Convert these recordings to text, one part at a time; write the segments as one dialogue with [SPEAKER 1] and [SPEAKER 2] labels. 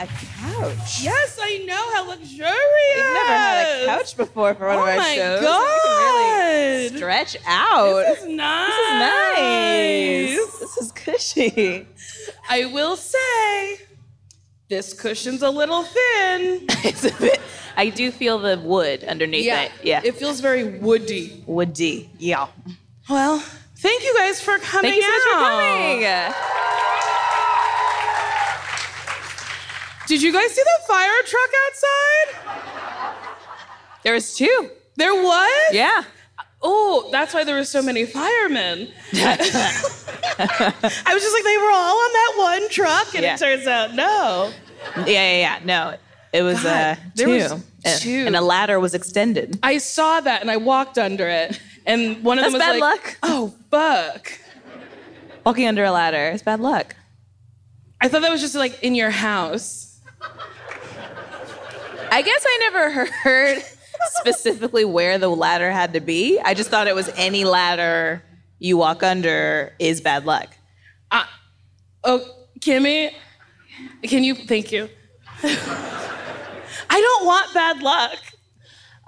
[SPEAKER 1] A couch.
[SPEAKER 2] Yes, I know how luxurious.
[SPEAKER 1] We've never had a couch before for one of
[SPEAKER 2] Oh
[SPEAKER 1] our
[SPEAKER 2] my
[SPEAKER 1] shows. so we can
[SPEAKER 2] God.
[SPEAKER 1] really stretch out.
[SPEAKER 2] This is nice.
[SPEAKER 1] This is nice. This is cushy.
[SPEAKER 2] I will say, this cushion's a little thin.
[SPEAKER 1] It's a bit. I do feel the wood underneath it. Yeah.
[SPEAKER 2] It feels very woody.
[SPEAKER 1] Woody. Yeah.
[SPEAKER 2] Well, thank you guys for coming
[SPEAKER 1] Thank you so much for
[SPEAKER 2] out.
[SPEAKER 1] coming.
[SPEAKER 2] Did you guys see the fire truck outside?
[SPEAKER 1] There was two.
[SPEAKER 2] There was?
[SPEAKER 1] Yeah.
[SPEAKER 2] Oh, that's why there were so many firemen. I was just like, they were all on that one truck, and
[SPEAKER 1] Yeah.
[SPEAKER 2] it turns out no.
[SPEAKER 1] Yeah. Yeah. Yeah. No. It was
[SPEAKER 2] God,
[SPEAKER 1] uh,
[SPEAKER 2] there was
[SPEAKER 1] two. And-
[SPEAKER 2] two.
[SPEAKER 1] And a ladder was extended.
[SPEAKER 2] I saw that and I walked under it, and one of them was
[SPEAKER 1] That's
[SPEAKER 2] like,
[SPEAKER 1] bad luck.
[SPEAKER 2] "Oh fuck."
[SPEAKER 1] Walking under a ladder is bad luck.
[SPEAKER 2] I thought that was just like in your house.
[SPEAKER 1] I guess I never heard specifically where the ladder had to be. I just thought it was any ladder you walk under is bad luck.
[SPEAKER 2] Uh, Oh, Kimmy, can you? Thank you. I don't want bad luck.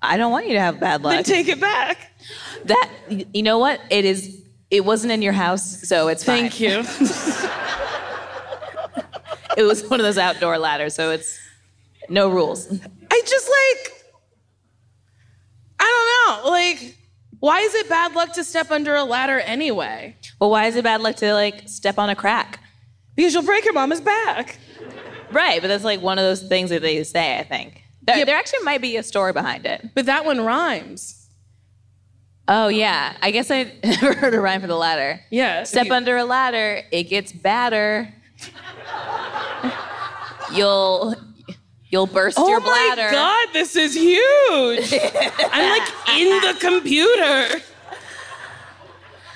[SPEAKER 1] I don't want you to have bad luck.
[SPEAKER 2] Then take it back.
[SPEAKER 1] That you know what? It is. It wasn't in your house, so it's fine.
[SPEAKER 2] Thank you.
[SPEAKER 1] It was one of those outdoor ladders, so it's no rules.
[SPEAKER 2] I just like, I don't know. Like, why is it bad luck to step under a ladder anyway?
[SPEAKER 1] Well, why is it bad luck to like step on a crack?
[SPEAKER 2] Because you'll break your mama's back.
[SPEAKER 1] Right, but that's like one of those things that they say. I think there,
[SPEAKER 2] Yeah.
[SPEAKER 1] there actually might be a story behind it.
[SPEAKER 2] But that one rhymes.
[SPEAKER 1] Oh yeah, I guess I never heard a rhyme for the ladder.
[SPEAKER 2] Yeah. if
[SPEAKER 1] Step
[SPEAKER 2] you-
[SPEAKER 1] under a ladder, it gets badder. you'll you'll burst
[SPEAKER 2] Oh
[SPEAKER 1] your
[SPEAKER 2] my
[SPEAKER 1] bladder.
[SPEAKER 2] god, this is huge. I'm like in the computer.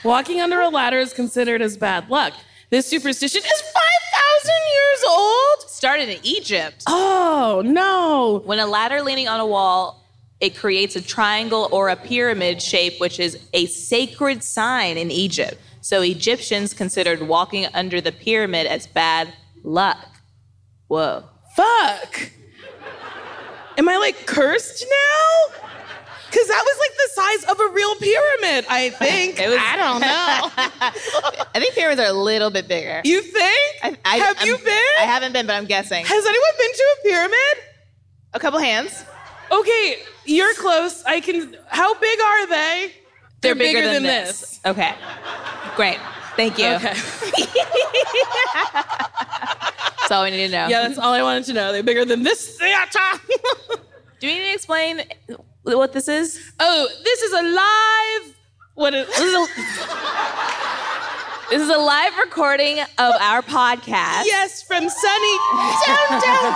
[SPEAKER 2] Walking under a ladder is considered as bad luck. This superstition is 5,000 years old.
[SPEAKER 1] Started in Egypt.
[SPEAKER 2] Oh, no.
[SPEAKER 1] When a ladder leaning on a wall, it creates a triangle or a pyramid shape, which is a sacred sign in Egypt. So Egyptians considered walking under the pyramid as bad luck. Whoa.
[SPEAKER 2] Fuck. Am I like cursed now? Because that was like the size of a real pyramid, I think.
[SPEAKER 1] It was-
[SPEAKER 2] I don't know.
[SPEAKER 1] I think pyramids are a little bit bigger.
[SPEAKER 2] You think? Have you been?
[SPEAKER 1] haven't been, but I'm guessing.
[SPEAKER 2] Has anyone been to a pyramid?
[SPEAKER 1] A couple hands.
[SPEAKER 2] Okay, you're close. I can. How big are they?
[SPEAKER 1] They're, bigger, than, this. Okay. Great. Thank you.
[SPEAKER 2] Okay.
[SPEAKER 1] That's all we need to know.
[SPEAKER 2] Yeah, that's all I wanted to know. They're bigger than this theater.
[SPEAKER 1] Do we need to explain what this is?
[SPEAKER 2] oh, this is a live. What is?
[SPEAKER 1] This is a, this is a live recording of our podcast
[SPEAKER 2] Yes, from sunny downtown.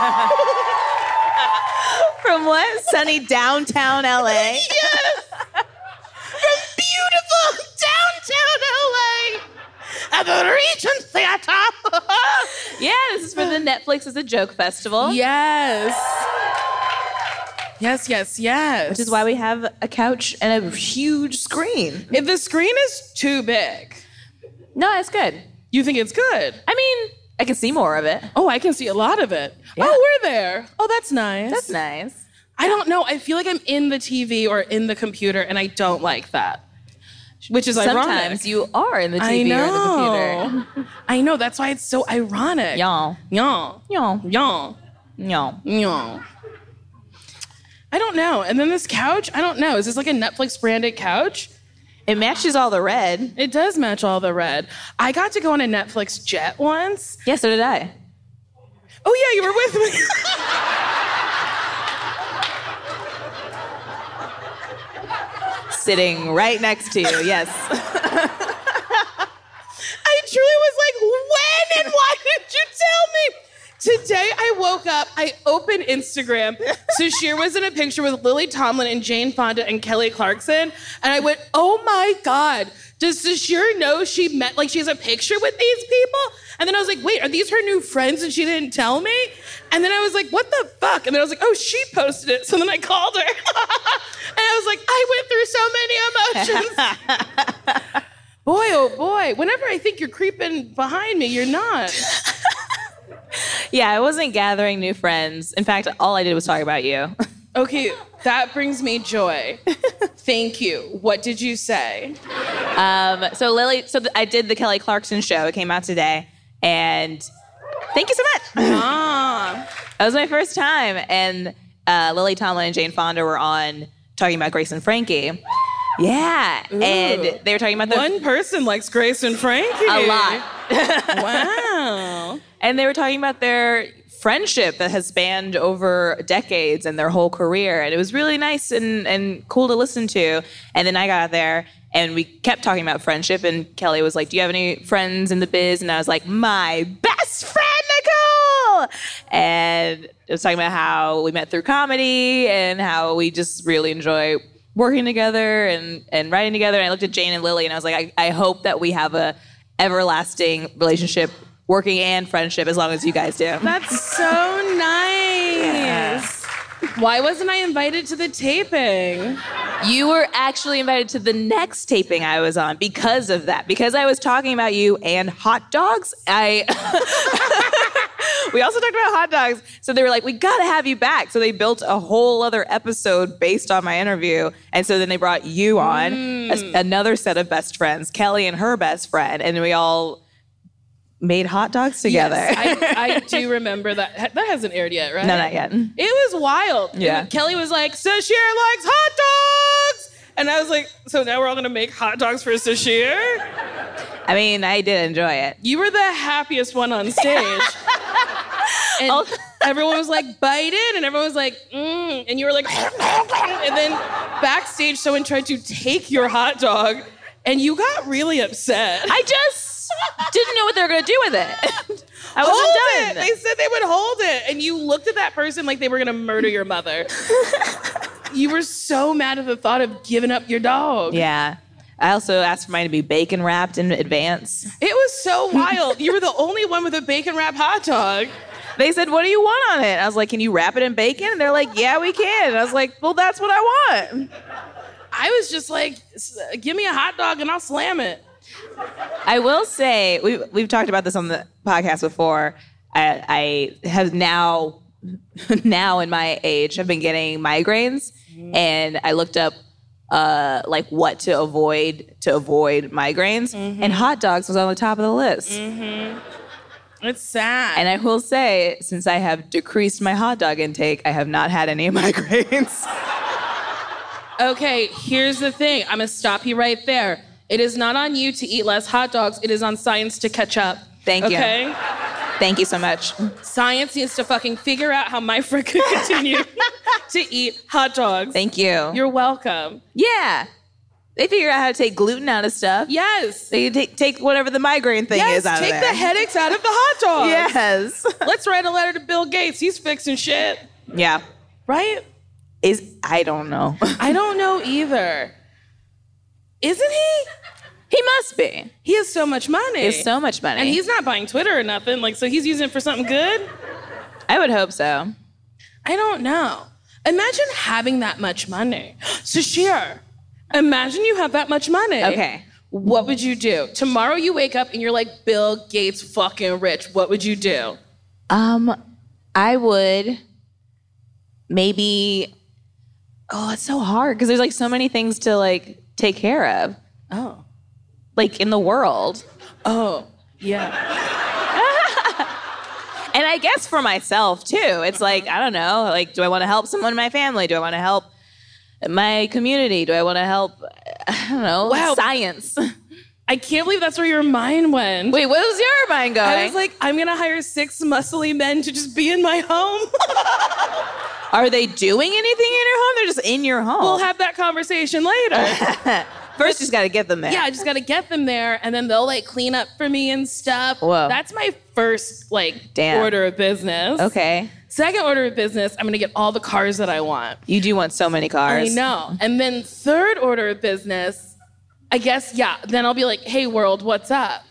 [SPEAKER 1] from what sunny downtown LA.
[SPEAKER 2] yes.
[SPEAKER 3] at the Regent Theatre.
[SPEAKER 1] Yeah, this is for the Netflix is a Joke Festival.
[SPEAKER 2] Yes. Yes, yes, yes.
[SPEAKER 1] Which is why we have a couch and a huge screen.
[SPEAKER 3] if the screen is too big,
[SPEAKER 1] No, that's good.
[SPEAKER 3] you think it's good.
[SPEAKER 1] I mean, I can see more of it.
[SPEAKER 3] Oh, I can see a lot of it.
[SPEAKER 1] Yeah.
[SPEAKER 3] Oh, we're there. Oh, that's nice.
[SPEAKER 1] That's nice.
[SPEAKER 3] I don't know. I feel like I'm in the TV or in the computer, and I don't like that. Which is ironic.
[SPEAKER 1] Sometimes you are in the TV or the computer.
[SPEAKER 3] I know. That's why it's so ironic.
[SPEAKER 1] Y'all.
[SPEAKER 3] Y'all.
[SPEAKER 1] Y'all.
[SPEAKER 3] Y'all.
[SPEAKER 1] Y'all.
[SPEAKER 3] Y'all. I don't know. And then this couch, I don't know. Is this like a Netflix branded couch?
[SPEAKER 1] It matches all the red.
[SPEAKER 3] It does match all the red. I got to go on a Netflix jet once.
[SPEAKER 1] Yeah, so did I.
[SPEAKER 3] Oh, yeah, you were with me.
[SPEAKER 1] Sitting right next to you, yes.
[SPEAKER 3] I truly was like, when and why did you tell me? Today I woke up, I opened Instagram. Sashir was in a picture with Lily Tomlin and Jane Fonda and Kelly Clarkson. And I went, oh my God, does Sashir know she met, like she has a picture with these people? And then I was like, wait, are these her new friends and she didn't tell me? And then I was like, what the fuck? And then I was like, oh, she posted it. So then I called her. and I was like, I went through so many emotions. Boy, oh boy. Whenever I think you're creeping behind me, you're not.
[SPEAKER 1] yeah, I wasn't gathering new friends. In fact, all I did was talk about you.
[SPEAKER 3] Okay, that brings me joy. Thank you. What did you say?
[SPEAKER 1] Um, so Lily, so th- I did the Kelly Clarkson show. It came out today, and thank you so much.
[SPEAKER 3] Ah,
[SPEAKER 1] that was my first time, and uh, Lily Tomlin and Jane Fonda were on talking about Grace and Frankie. Yeah, and they were talking about the
[SPEAKER 3] one person likes Grace and Frankie. Ah.
[SPEAKER 1] a lot,
[SPEAKER 3] Wow.
[SPEAKER 1] and they were talking about their friendship that has spanned over decades and their whole career, and it was really nice and and cool to listen to. And then I got there. And we kept talking about friendship, and Kelly was like, "Do you have any friends in the biz?" And I was like, "My best friend, Nicole." And it was talking about how we met through comedy and how we just really enjoy working together and, and writing together. And I looked at Jane and Lily and I was like, I, I hope that we have a everlasting relationship, working and friendship, as long as you guys do.
[SPEAKER 3] That's so nice. Why wasn't I invited to the taping?
[SPEAKER 1] You were actually invited to the next taping I was on because of that. Because I was talking about you and hot dogs. I We also talked about hot dogs. So they were like, "We got to have you back." So they built a whole other episode based on my interview. And so then they brought you on as
[SPEAKER 3] Hmm.
[SPEAKER 1] another set of best friends, Kelly and her best friend, and we all made hot dogs together.
[SPEAKER 3] Yes, I, I do remember that. That hasn't aired yet, right?
[SPEAKER 1] no, not yet.
[SPEAKER 3] It was wild.
[SPEAKER 1] Yeah.
[SPEAKER 3] And Kelly was like, Sashir likes hot dogs. And I was like, so now we're all gonna make hot dogs for Sashir?
[SPEAKER 1] I mean, I did enjoy it.
[SPEAKER 3] You were the happiest one on stage. and everyone was like, bite in. And everyone was like, mm. And you were like, and then backstage, someone tried to take your hot dog. And you got really upset.
[SPEAKER 1] I just didn't know what they were going to do with it. I wasn't
[SPEAKER 3] Hold it.
[SPEAKER 1] done.
[SPEAKER 3] They said they would hold it. And you looked at that person like they were going to murder your mother. you were so mad at the thought of giving up your dog.
[SPEAKER 1] Yeah. I also asked for mine to be bacon wrapped in advance.
[SPEAKER 3] It was so wild. you were the only one with a bacon wrap hot dog.
[SPEAKER 1] They said, What do you want on it? I was like, Can you wrap it in bacon? And they're like, Yeah, we can. And I was like, Well, that's what I want.
[SPEAKER 3] I was just like, "S- give me a hot dog and I'll slam it.
[SPEAKER 1] I will say, we've, we've talked about this on the podcast before. I, I have now, now in my age, have been getting migraines. And I looked up uh, like what to avoid to avoid migraines. And hot dogs was on the top of the list.
[SPEAKER 3] It's sad.
[SPEAKER 1] And I will say, since I have decreased my hot dog intake, I have not had any migraines.
[SPEAKER 3] okay, here's the thing. I'm going to stop you right there. It is not on you to eat less hot dogs. It is on science to catch up.
[SPEAKER 1] Thank you.
[SPEAKER 3] Okay?
[SPEAKER 1] Thank you so much.
[SPEAKER 3] Science needs to fucking figure out how my friend could continue to eat hot dogs.
[SPEAKER 1] Thank you.
[SPEAKER 3] You're welcome.
[SPEAKER 1] yeah. They figure out how to take gluten out of stuff.
[SPEAKER 3] Yes.
[SPEAKER 1] They take, take whatever the migraine thing
[SPEAKER 3] Yes,
[SPEAKER 1] is out
[SPEAKER 3] take
[SPEAKER 1] of
[SPEAKER 3] the
[SPEAKER 1] there.
[SPEAKER 3] headaches out of the hot dogs.
[SPEAKER 1] Yes.
[SPEAKER 3] Let's write a letter to Bill Gates. He's fixing shit.
[SPEAKER 1] yeah.
[SPEAKER 3] Right?
[SPEAKER 1] Is I don't know.
[SPEAKER 3] I don't know either. Isn't he?
[SPEAKER 1] He must be.
[SPEAKER 3] He has so much money.
[SPEAKER 1] It's so much money.
[SPEAKER 3] and he's not buying Twitter or nothing. Like, so he's using it for something good.
[SPEAKER 1] I would hope so.
[SPEAKER 3] I don't know. Imagine having that much money. Sashir, imagine you have that much money.
[SPEAKER 1] Okay.
[SPEAKER 3] What would you do? Tomorrow you wake up and you're like Bill Gates fucking rich. What would you do?
[SPEAKER 1] Um, I would maybe. Oh, it's so hard because there's like so many things to like take care of,
[SPEAKER 3] Oh.
[SPEAKER 1] like in the world.
[SPEAKER 3] Oh. Yeah.
[SPEAKER 1] And I guess for myself too, it's like I don't know. Like, do I want to help someone in my family? Do I want to help my community? Do I want to help? I don't know.
[SPEAKER 3] Wow.
[SPEAKER 1] Science.
[SPEAKER 3] I can't believe that's where your mind went.
[SPEAKER 1] Wait, what was your mind going?
[SPEAKER 3] I was like, I'm gonna hire six muscly men to just be in my home.
[SPEAKER 1] Are they doing anything in your home? They're just in your home.
[SPEAKER 3] we'll have that conversation later.
[SPEAKER 1] First, just got to get them there.
[SPEAKER 3] yeah, I just gotta get them there and then they'll like clean up for me and stuff.
[SPEAKER 1] Whoa.
[SPEAKER 3] That's my first like
[SPEAKER 1] Damn.
[SPEAKER 3] order of business.
[SPEAKER 1] Okay.
[SPEAKER 3] Second order of business, I'm gonna get all the cars that I want.
[SPEAKER 1] You do want so many cars.
[SPEAKER 3] I know. And then third order of business, I guess, yeah, then I'll be like, hey world, what's up?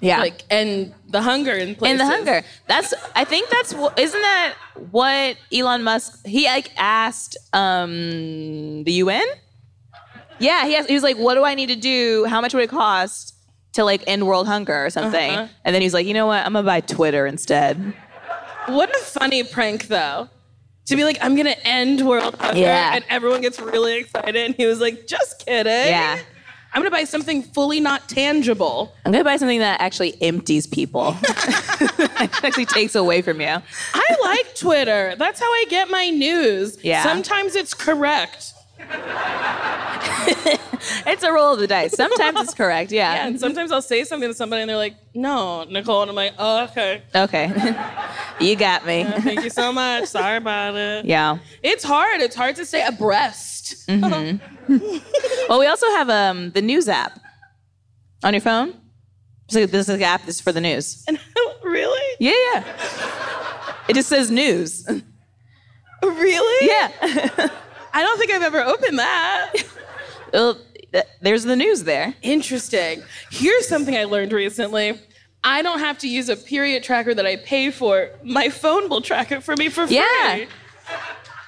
[SPEAKER 1] Yeah.
[SPEAKER 3] Like and the hunger in
[SPEAKER 1] and
[SPEAKER 3] places.
[SPEAKER 1] the hunger. That's. I think that's. wh- Isn't that what Elon Musk? He like asked um the UN. Yeah. He asked. He was like, "What do I need to do? How much would it cost to like end world hunger or something?"
[SPEAKER 3] Uh-huh.
[SPEAKER 1] And then he's like, "You know what? I'm gonna buy Twitter instead."
[SPEAKER 3] What a funny prank, though. To be like, I'm gonna end world hunger,
[SPEAKER 1] Yeah.
[SPEAKER 3] and everyone gets really excited. And he was like, just kidding.
[SPEAKER 1] Yeah.
[SPEAKER 3] I'm gonna buy something fully not tangible.
[SPEAKER 1] I'm gonna buy something that actually empties people. actually takes away from you.
[SPEAKER 3] I like Twitter. That's how I get my news.
[SPEAKER 1] Yeah.
[SPEAKER 3] Sometimes it's correct.
[SPEAKER 1] It's a roll of the dice. Sometimes it's correct. Yeah.
[SPEAKER 3] And sometimes I'll say something to somebody and they're like, no, Nicole. And I'm like, oh, okay.
[SPEAKER 1] Okay. you got me.
[SPEAKER 3] Thank you so much. Sorry about it.
[SPEAKER 1] Yeah.
[SPEAKER 3] It's hard. It's hard to stay abreast.
[SPEAKER 1] Mm-hmm. Well, we also have um, the news app on your phone. So this is the app that's for the news.
[SPEAKER 3] And really?
[SPEAKER 1] Yeah, yeah. It just says news.
[SPEAKER 3] Really?
[SPEAKER 1] Yeah.
[SPEAKER 3] I don't think I've ever opened that.
[SPEAKER 1] Well, th- there's the news there.
[SPEAKER 3] Interesting. Here's something I learned recently. I don't have to use a period tracker that I pay for. My phone will track it for me for free.
[SPEAKER 1] Yeah.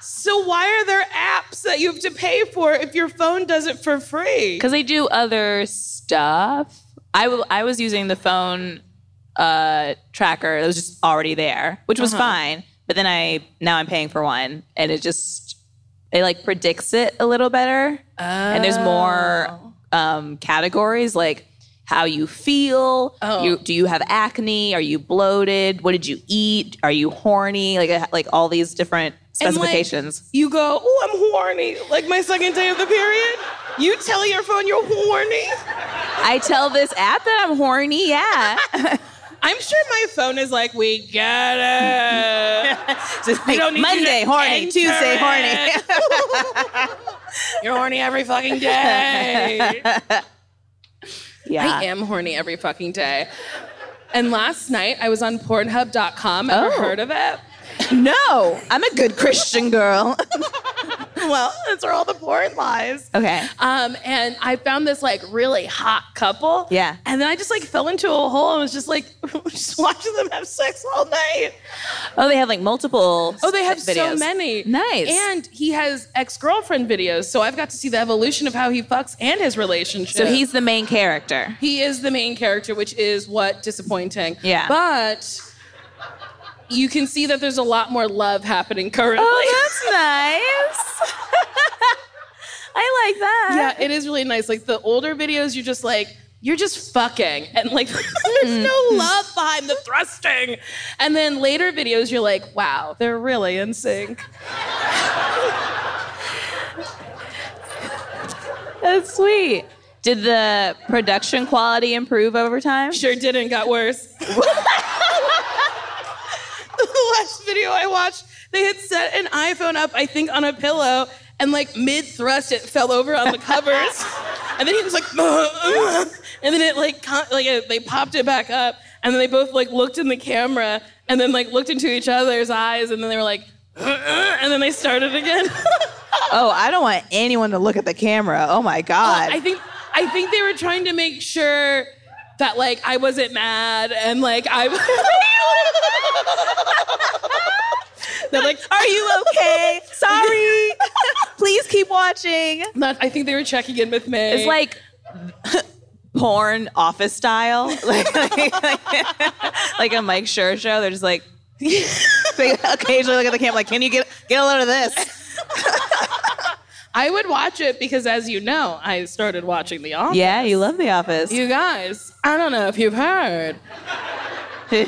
[SPEAKER 3] So why are there apps that you have to pay for if your phone does it for free?
[SPEAKER 1] Because they do other stuff. I w- I was using the phone uh, tracker that was just already there, which
[SPEAKER 3] Uh-huh.
[SPEAKER 1] was fine. But then I now I'm paying for one, and it just it like predicts it a little better. And there's more
[SPEAKER 3] Oh.
[SPEAKER 1] um, categories like how you feel.
[SPEAKER 3] Oh.
[SPEAKER 1] You, do you have acne? Are you bloated? What did you eat? Are you horny? Like it ha- like all these different
[SPEAKER 3] And, like,
[SPEAKER 1] specifications.
[SPEAKER 3] you go, oh, I'm horny. Like my second day of the period. You tell your phone you're horny.
[SPEAKER 1] I tell this app that I'm horny. Yeah.
[SPEAKER 3] I'm sure my phone is like, we get it.
[SPEAKER 1] Just like,
[SPEAKER 3] don't need you
[SPEAKER 1] Monday
[SPEAKER 3] to
[SPEAKER 1] horny,
[SPEAKER 3] enter
[SPEAKER 1] Tuesday
[SPEAKER 3] it.
[SPEAKER 1] horny.
[SPEAKER 3] You're horny every fucking day. I
[SPEAKER 1] yeah.
[SPEAKER 3] am horny every fucking day. And last night I was on Pornhub.com. Ever
[SPEAKER 1] Oh.
[SPEAKER 3] heard of it?
[SPEAKER 1] No, I'm a good Christian girl.
[SPEAKER 3] Well, that's where all the porn lies.
[SPEAKER 1] okay.
[SPEAKER 3] Um, and I found this like really hot couple.
[SPEAKER 1] Yeah.
[SPEAKER 3] And then I just like fell into a hole and was just like just watching them have sex all night.
[SPEAKER 1] Oh, they have like multiple.
[SPEAKER 3] Oh, they have so
[SPEAKER 1] videos.
[SPEAKER 3] many.
[SPEAKER 1] Nice.
[SPEAKER 3] And he has ex-girlfriend videos, so I've got to see the evolution of how he fucks and his relationship.
[SPEAKER 1] So he's the main character.
[SPEAKER 3] he is the main character, which is what disappointing.
[SPEAKER 1] Yeah.
[SPEAKER 3] But you can see that there's a lot more love happening currently.
[SPEAKER 1] Oh, that's nice. I like that.
[SPEAKER 3] yeah, it is really nice. Like the older videos, you're just like, you're just fucking. And like,
[SPEAKER 1] Mm.
[SPEAKER 3] there's no love behind the thrusting. And then later videos, you're like, wow, they're really in sync.
[SPEAKER 1] That's sweet. Did the production quality improve over time?
[SPEAKER 3] Sure didn't, got worse. the last video I watched, they had set an iPhone up, I think, on a pillow, and like mid thrust, it fell over on the covers. and then he was like, and then it like, con- like it, they popped it back up, and then they both like looked in the camera, and then like looked into each other's eyes, and then they were like, and then they started again.
[SPEAKER 1] Oh, I don't want anyone to look at the camera. Oh my God.
[SPEAKER 3] I think I think they were trying to make sure that like I wasn't mad and like I They're like
[SPEAKER 1] Are you okay? Sorry. Please keep watching.
[SPEAKER 3] not I think they were checking in with me.
[SPEAKER 1] It's like porn office style, like, like, like a Mike Schur show. They're just like they occasionally look at the camera, like, "Can you get get a load of this?"
[SPEAKER 3] I would watch it because as you know, I started watching The Office.
[SPEAKER 1] Yeah, you love The Office.
[SPEAKER 3] You guys, I don't know if you've heard,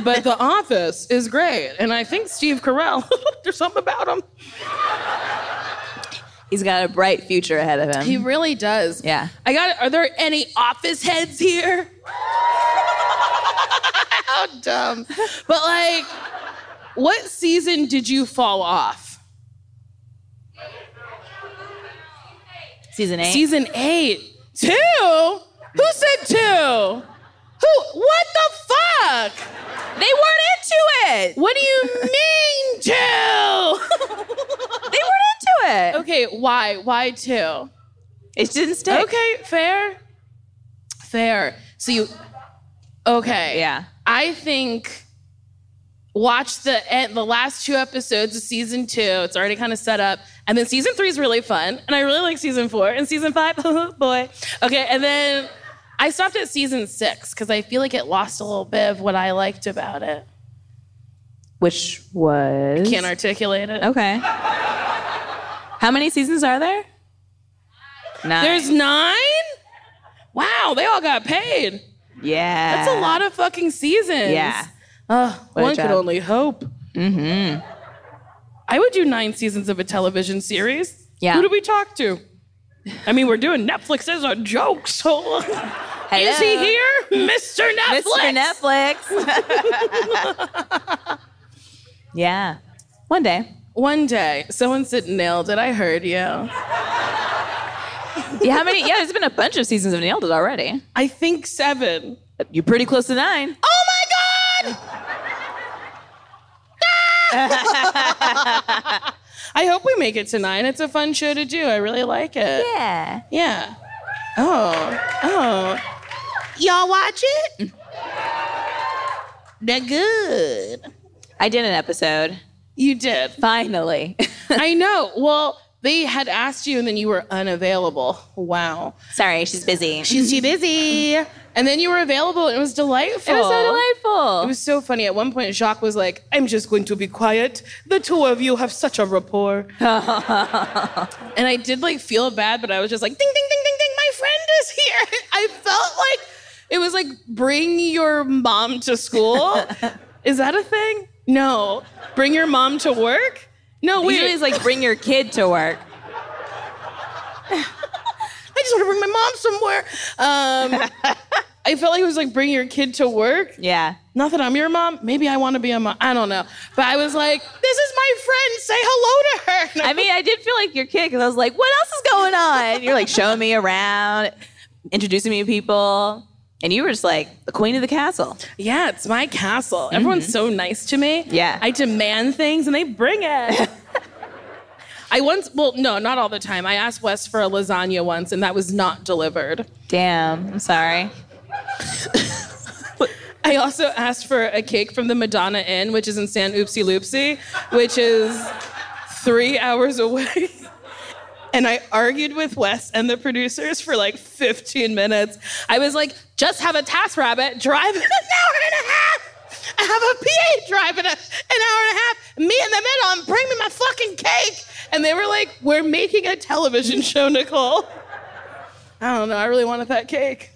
[SPEAKER 3] but The Office is great. And I think Steve Carell, there's something about him.
[SPEAKER 1] He's got a bright future ahead of him.
[SPEAKER 3] He really does.
[SPEAKER 1] Yeah.
[SPEAKER 3] I got are there any office heads here? How dumb. But like what season did you fall off?
[SPEAKER 1] Season eight.
[SPEAKER 3] Season 8. 2? Who said 2? Who what the fuck?
[SPEAKER 1] they weren't into it.
[SPEAKER 3] What do you mean 2?
[SPEAKER 1] They weren't into it.
[SPEAKER 3] okay, why? Why 2?
[SPEAKER 1] It didn't stick.
[SPEAKER 3] Okay, fair. Fair. So you Okay.
[SPEAKER 1] Yeah.
[SPEAKER 3] I think watch the end, the last two episodes of season two. It's already kind of set up, and then season three is really fun, and I really like season four and season five. oh boy, okay, and then I stopped at season six because I feel like it lost a little bit of what I liked about it.
[SPEAKER 1] Which was
[SPEAKER 3] Can't articulate it.
[SPEAKER 1] okay. How many seasons are there? Nine.
[SPEAKER 3] There's nine. Wow, they all got paid.
[SPEAKER 1] yeah.
[SPEAKER 3] That's a lot of fucking seasons.
[SPEAKER 1] Yeah.
[SPEAKER 3] Ugh,
[SPEAKER 1] What a
[SPEAKER 3] one
[SPEAKER 1] job.
[SPEAKER 3] could only hope. Mm-hmm. I would do nine seasons of a television series.
[SPEAKER 1] Yeah.
[SPEAKER 3] Who do we talk to? I mean, we're doing Netflix as a joke, so is he
[SPEAKER 1] Hello.
[SPEAKER 3] here? Mr. Netflix.
[SPEAKER 1] Mr. Netflix. yeah. One day.
[SPEAKER 3] One day, someone said, nailed it. I heard you.
[SPEAKER 1] Yeah, how many? Yeah, there's been a bunch of seasons of Nailed It already.
[SPEAKER 3] I think seven.
[SPEAKER 1] You're pretty close to nine.
[SPEAKER 3] Oh my God! Ah! I hope we make it to nine. It's a fun show to do. I really like it.
[SPEAKER 1] Yeah.
[SPEAKER 3] Yeah. Oh. Oh. Y'all watch it? They're good.
[SPEAKER 1] I did an episode.
[SPEAKER 3] You did.
[SPEAKER 1] Finally.
[SPEAKER 3] I know. Well, they had asked you and then you were unavailable. Wow.
[SPEAKER 1] Sorry, she's busy. She's
[SPEAKER 3] She's too busy. And then you were available and it was delightful.
[SPEAKER 1] it was so delightful.
[SPEAKER 3] It was so funny. At one point, Jacques was like, I'm just going to be quiet. The two of you have such a rapport. and I did like feel bad, but I was just like, ding, ding, ding, ding, ding, my friend is here. I felt like it was like, bring your mom to school. is that a thing? No. Bring your mom to work? No, wait.
[SPEAKER 1] Usually it's like bring your kid to work.
[SPEAKER 3] I just want to bring my mom somewhere. Um, I felt like it was like, bring your kid to work.
[SPEAKER 1] Yeah.
[SPEAKER 3] Not that I'm your mom. Maybe I want to be a mom. I don't know. But I was like, this is my friend. Say hello to her.
[SPEAKER 1] I mean, I did feel like your kid because I was like, what else is going on? You're like showing me around, introducing me to people. And you were just like the queen of the castle.
[SPEAKER 3] yeah, it's my castle. Everyone's so nice to me.
[SPEAKER 1] Yeah.
[SPEAKER 3] I demand things and they bring it. I once, well, no, not all the time. I asked Wes for a lasagna once and that was not delivered.
[SPEAKER 1] Damn, I'm sorry.
[SPEAKER 3] I also asked for a cake from the Madonna Inn, which is in San Oopsie Loopsie, which is three hours away. And I argued with Wes and the producers for like 15 minutes. I was like, just have a task rabbit drive it an hour and a half. I have a PA drive it a- an hour and a half. Me in the middle, and bring me my fucking cake. And they were like, we're making a television show, Nicole. I don't know. I really wanted that cake.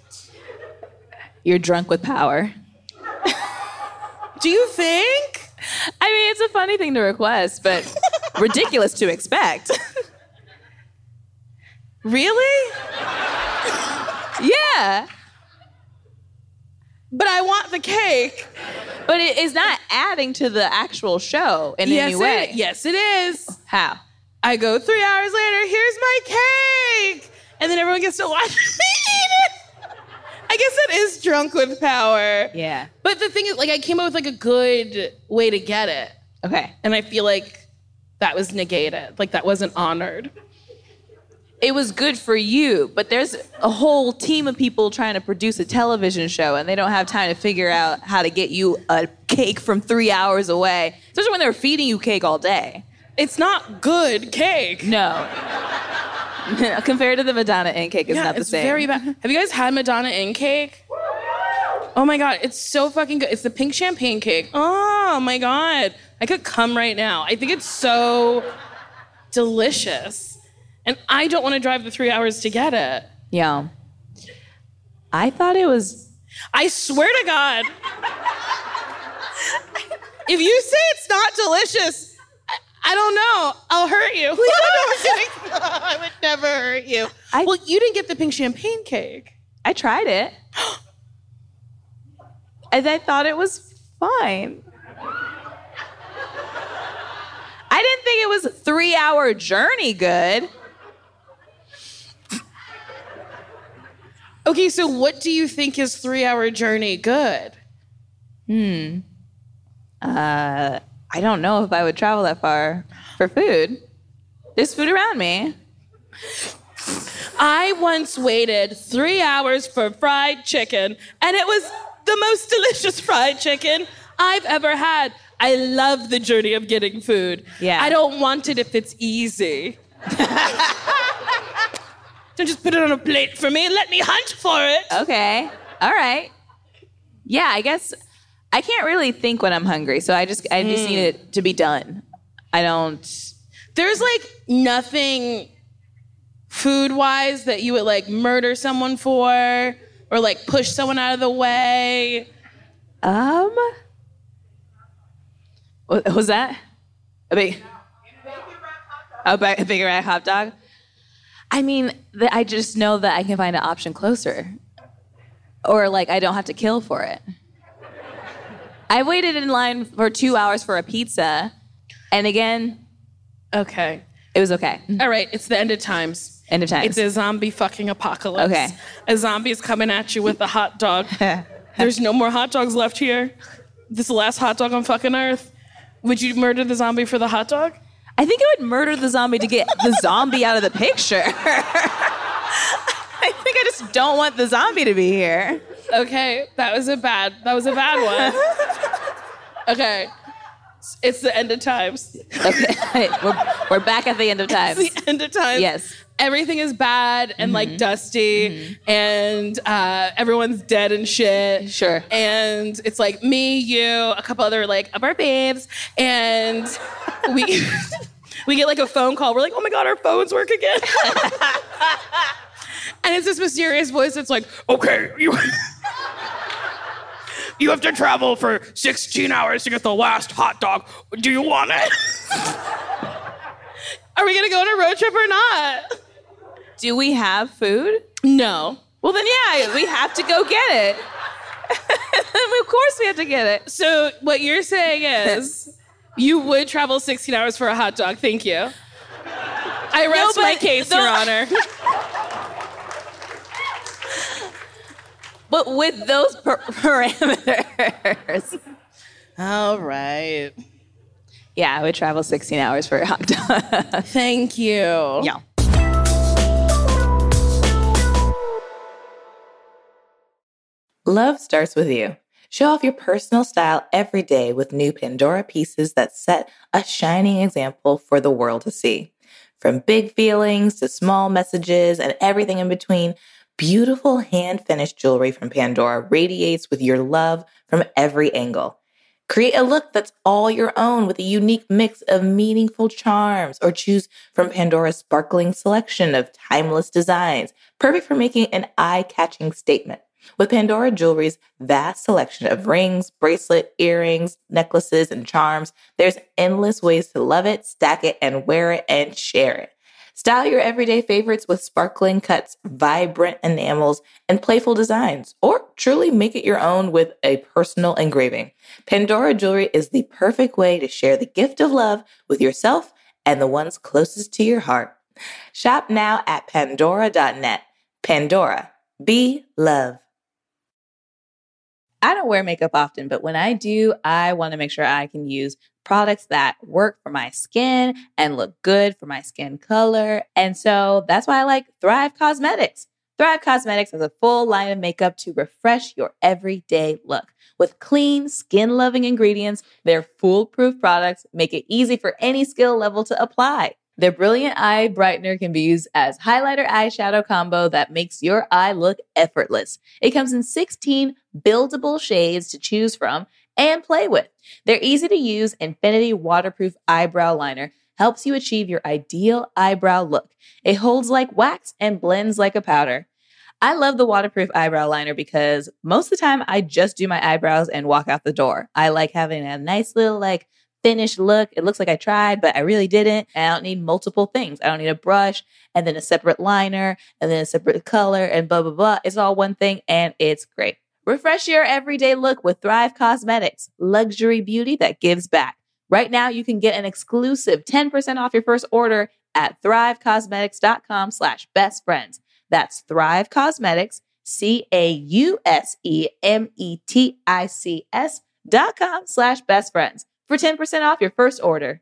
[SPEAKER 1] You're drunk with power.
[SPEAKER 3] Do you think?
[SPEAKER 1] I mean, it's a funny thing to request, but ridiculous to expect.
[SPEAKER 3] Really?
[SPEAKER 1] yeah,
[SPEAKER 3] but I want the cake.
[SPEAKER 1] but it is not adding to the actual show in any way.
[SPEAKER 3] it, yes, it is.
[SPEAKER 1] How?
[SPEAKER 3] I go three hours later. Here's my cake, and then everyone gets to watch me eat it. I guess that is drunk with power.
[SPEAKER 1] Yeah.
[SPEAKER 3] But the thing is, like, I came up with like a good way to get it,
[SPEAKER 1] Okay.
[SPEAKER 3] and I feel like that was negated. Like that wasn't honored.
[SPEAKER 1] it was good for you, but there's a whole team of people trying to produce a television show and they don't have time to figure out how to get you a cake from three hours away, especially when they're feeding you cake all day.
[SPEAKER 3] It's not good cake.
[SPEAKER 1] No. Compared to the Madonna and cake, it's
[SPEAKER 3] yeah,
[SPEAKER 1] not the
[SPEAKER 3] it's
[SPEAKER 1] same.
[SPEAKER 3] very bad. Have you guys had Madonna in cake? Oh my god, it's so fucking good. It's the pink champagne cake. Oh my god, I could come right now. I think it's so delicious, and I don't want to drive the three hours to get it.
[SPEAKER 1] yeah. I thought it was
[SPEAKER 3] I swear to God, if you say it's not delicious, I, I don't know. I'll hurt you. I would never hurt you.
[SPEAKER 1] I-
[SPEAKER 3] well, you didn't get the pink champagne cake.
[SPEAKER 1] I tried it. and I thought it was fine. I didn't think it was a three hour journey good.
[SPEAKER 3] Okay, so what do you think is three hour journey good?
[SPEAKER 1] I don't know if I would travel that far for food. There's food around me.
[SPEAKER 3] I once waited three hours for fried chicken, and it was the most delicious fried chicken I've ever had. I love the journey of getting food.
[SPEAKER 1] Yeah.
[SPEAKER 3] I don't want it if it's easy. don't just put it on a plate for me. Let me hunt for it.
[SPEAKER 1] Okay. All right. Yeah, I guess I can't really think when I'm hungry, so I just I just need it to be done. I don't
[SPEAKER 3] There's like nothing food wise that you would like murder someone for or like push someone out of the way.
[SPEAKER 1] Um, what was that? A big, a, ba- a big rat hot dog. I mean, th- I just know that I can find an option closer, or like I don't have to kill for it. I waited in line for two hours for a pizza, and again,
[SPEAKER 3] Okay.
[SPEAKER 1] it was okay.
[SPEAKER 3] All right, it's the end of times.
[SPEAKER 1] End of times.
[SPEAKER 3] It's a zombie fucking apocalypse.
[SPEAKER 1] Okay.
[SPEAKER 3] A zombie's coming at you with a hot dog. There's no more hot dogs left here. This is the last hot dog on fucking earth. Would you murder the zombie for the hot dog?
[SPEAKER 1] I think I would murder the zombie to get the zombie out of the picture. I think I just don't want the zombie to be here.
[SPEAKER 3] Okay, that was a bad. That was a bad one. Okay. It's the end of times.
[SPEAKER 1] Okay, we're, we're back at the end of time.
[SPEAKER 3] the end of times.
[SPEAKER 1] Yes.
[SPEAKER 3] Everything is bad and like dusty, and uh, everyone's dead and shit.
[SPEAKER 1] Sure.
[SPEAKER 3] And it's like me, you, a couple other like of our babes, and we we get like a phone call. We're like, oh my god, our phones work again. and it's this mysterious voice that's like,
[SPEAKER 4] okay, you you have to travel for 16 hours to get the last hot dog. Do you want it?
[SPEAKER 3] are we gonna go on a road trip or not?
[SPEAKER 1] Do we have food?
[SPEAKER 3] No.
[SPEAKER 1] Well, then, yeah, we have to go get it. of course, we have to get it.
[SPEAKER 3] So what you're saying is you would travel 16 hours for a hot dog. Thank you. I rest
[SPEAKER 1] but
[SPEAKER 3] my case,
[SPEAKER 1] the-
[SPEAKER 3] Your Honor.
[SPEAKER 1] But with those per- parameters.
[SPEAKER 3] All right.
[SPEAKER 1] Yeah, I would travel 16 hours for a hot dog.
[SPEAKER 3] Thank you. Yeah.
[SPEAKER 5] Love starts with you. Show off your personal style every day with new Pandora pieces that set a shining example for the world to see. From big feelings to small messages and everything in between, beautiful hand finished jewelry from Pandora radiates with your love from every angle. Create a look that's all your own with a unique mix of meaningful charms, or choose from Pandora's sparkling selection of timeless designs, perfect for making an eye catching statement. With Pandora Jewelry's vast selection of rings, bracelet, earrings, necklaces, and charms, there's endless ways to love it, stack it, and wear it and share it. Style your everyday favorites with sparkling cuts, vibrant enamels, and playful designs, or truly make it your own with a personal engraving. Pandora Jewelry is the perfect way to share the gift of love with yourself and the ones closest to your heart. Shop now at pandora.net. Pandora, be love.
[SPEAKER 1] I don't wear makeup often, but when I do, I want to make sure I can use products that work for my skin and look good for my skin color. And so that's why I like Thrive Cosmetics. Thrive Cosmetics has a full line of makeup to refresh your everyday look. With clean, skin loving ingredients, their foolproof products make it easy for any skill level to apply. Their brilliant eye brightener can be used as highlighter eyeshadow combo that makes your eye look effortless. It comes in 16 buildable shades to choose from and play with. Their easy to use infinity waterproof eyebrow liner helps you achieve your ideal eyebrow look. It holds like wax and blends like a powder. I love the waterproof eyebrow liner because most of the time I just do my eyebrows and walk out the door. I like having a nice little like finished look. It looks like I tried, but I really didn't. And I don't need multiple things. I don't need a brush and then a separate liner and then a separate color and blah blah blah. It's all one thing and it's great. Refresh your everyday look with Thrive Cosmetics, luxury beauty that gives back. Right now, you can get an exclusive 10% off your first order at thrivecosmetics.com slash best friends. That's Thrive Cosmetics, E C-A-U-S-E-M-E-T-I-C-S dot com slash best friends for 10% off your first order.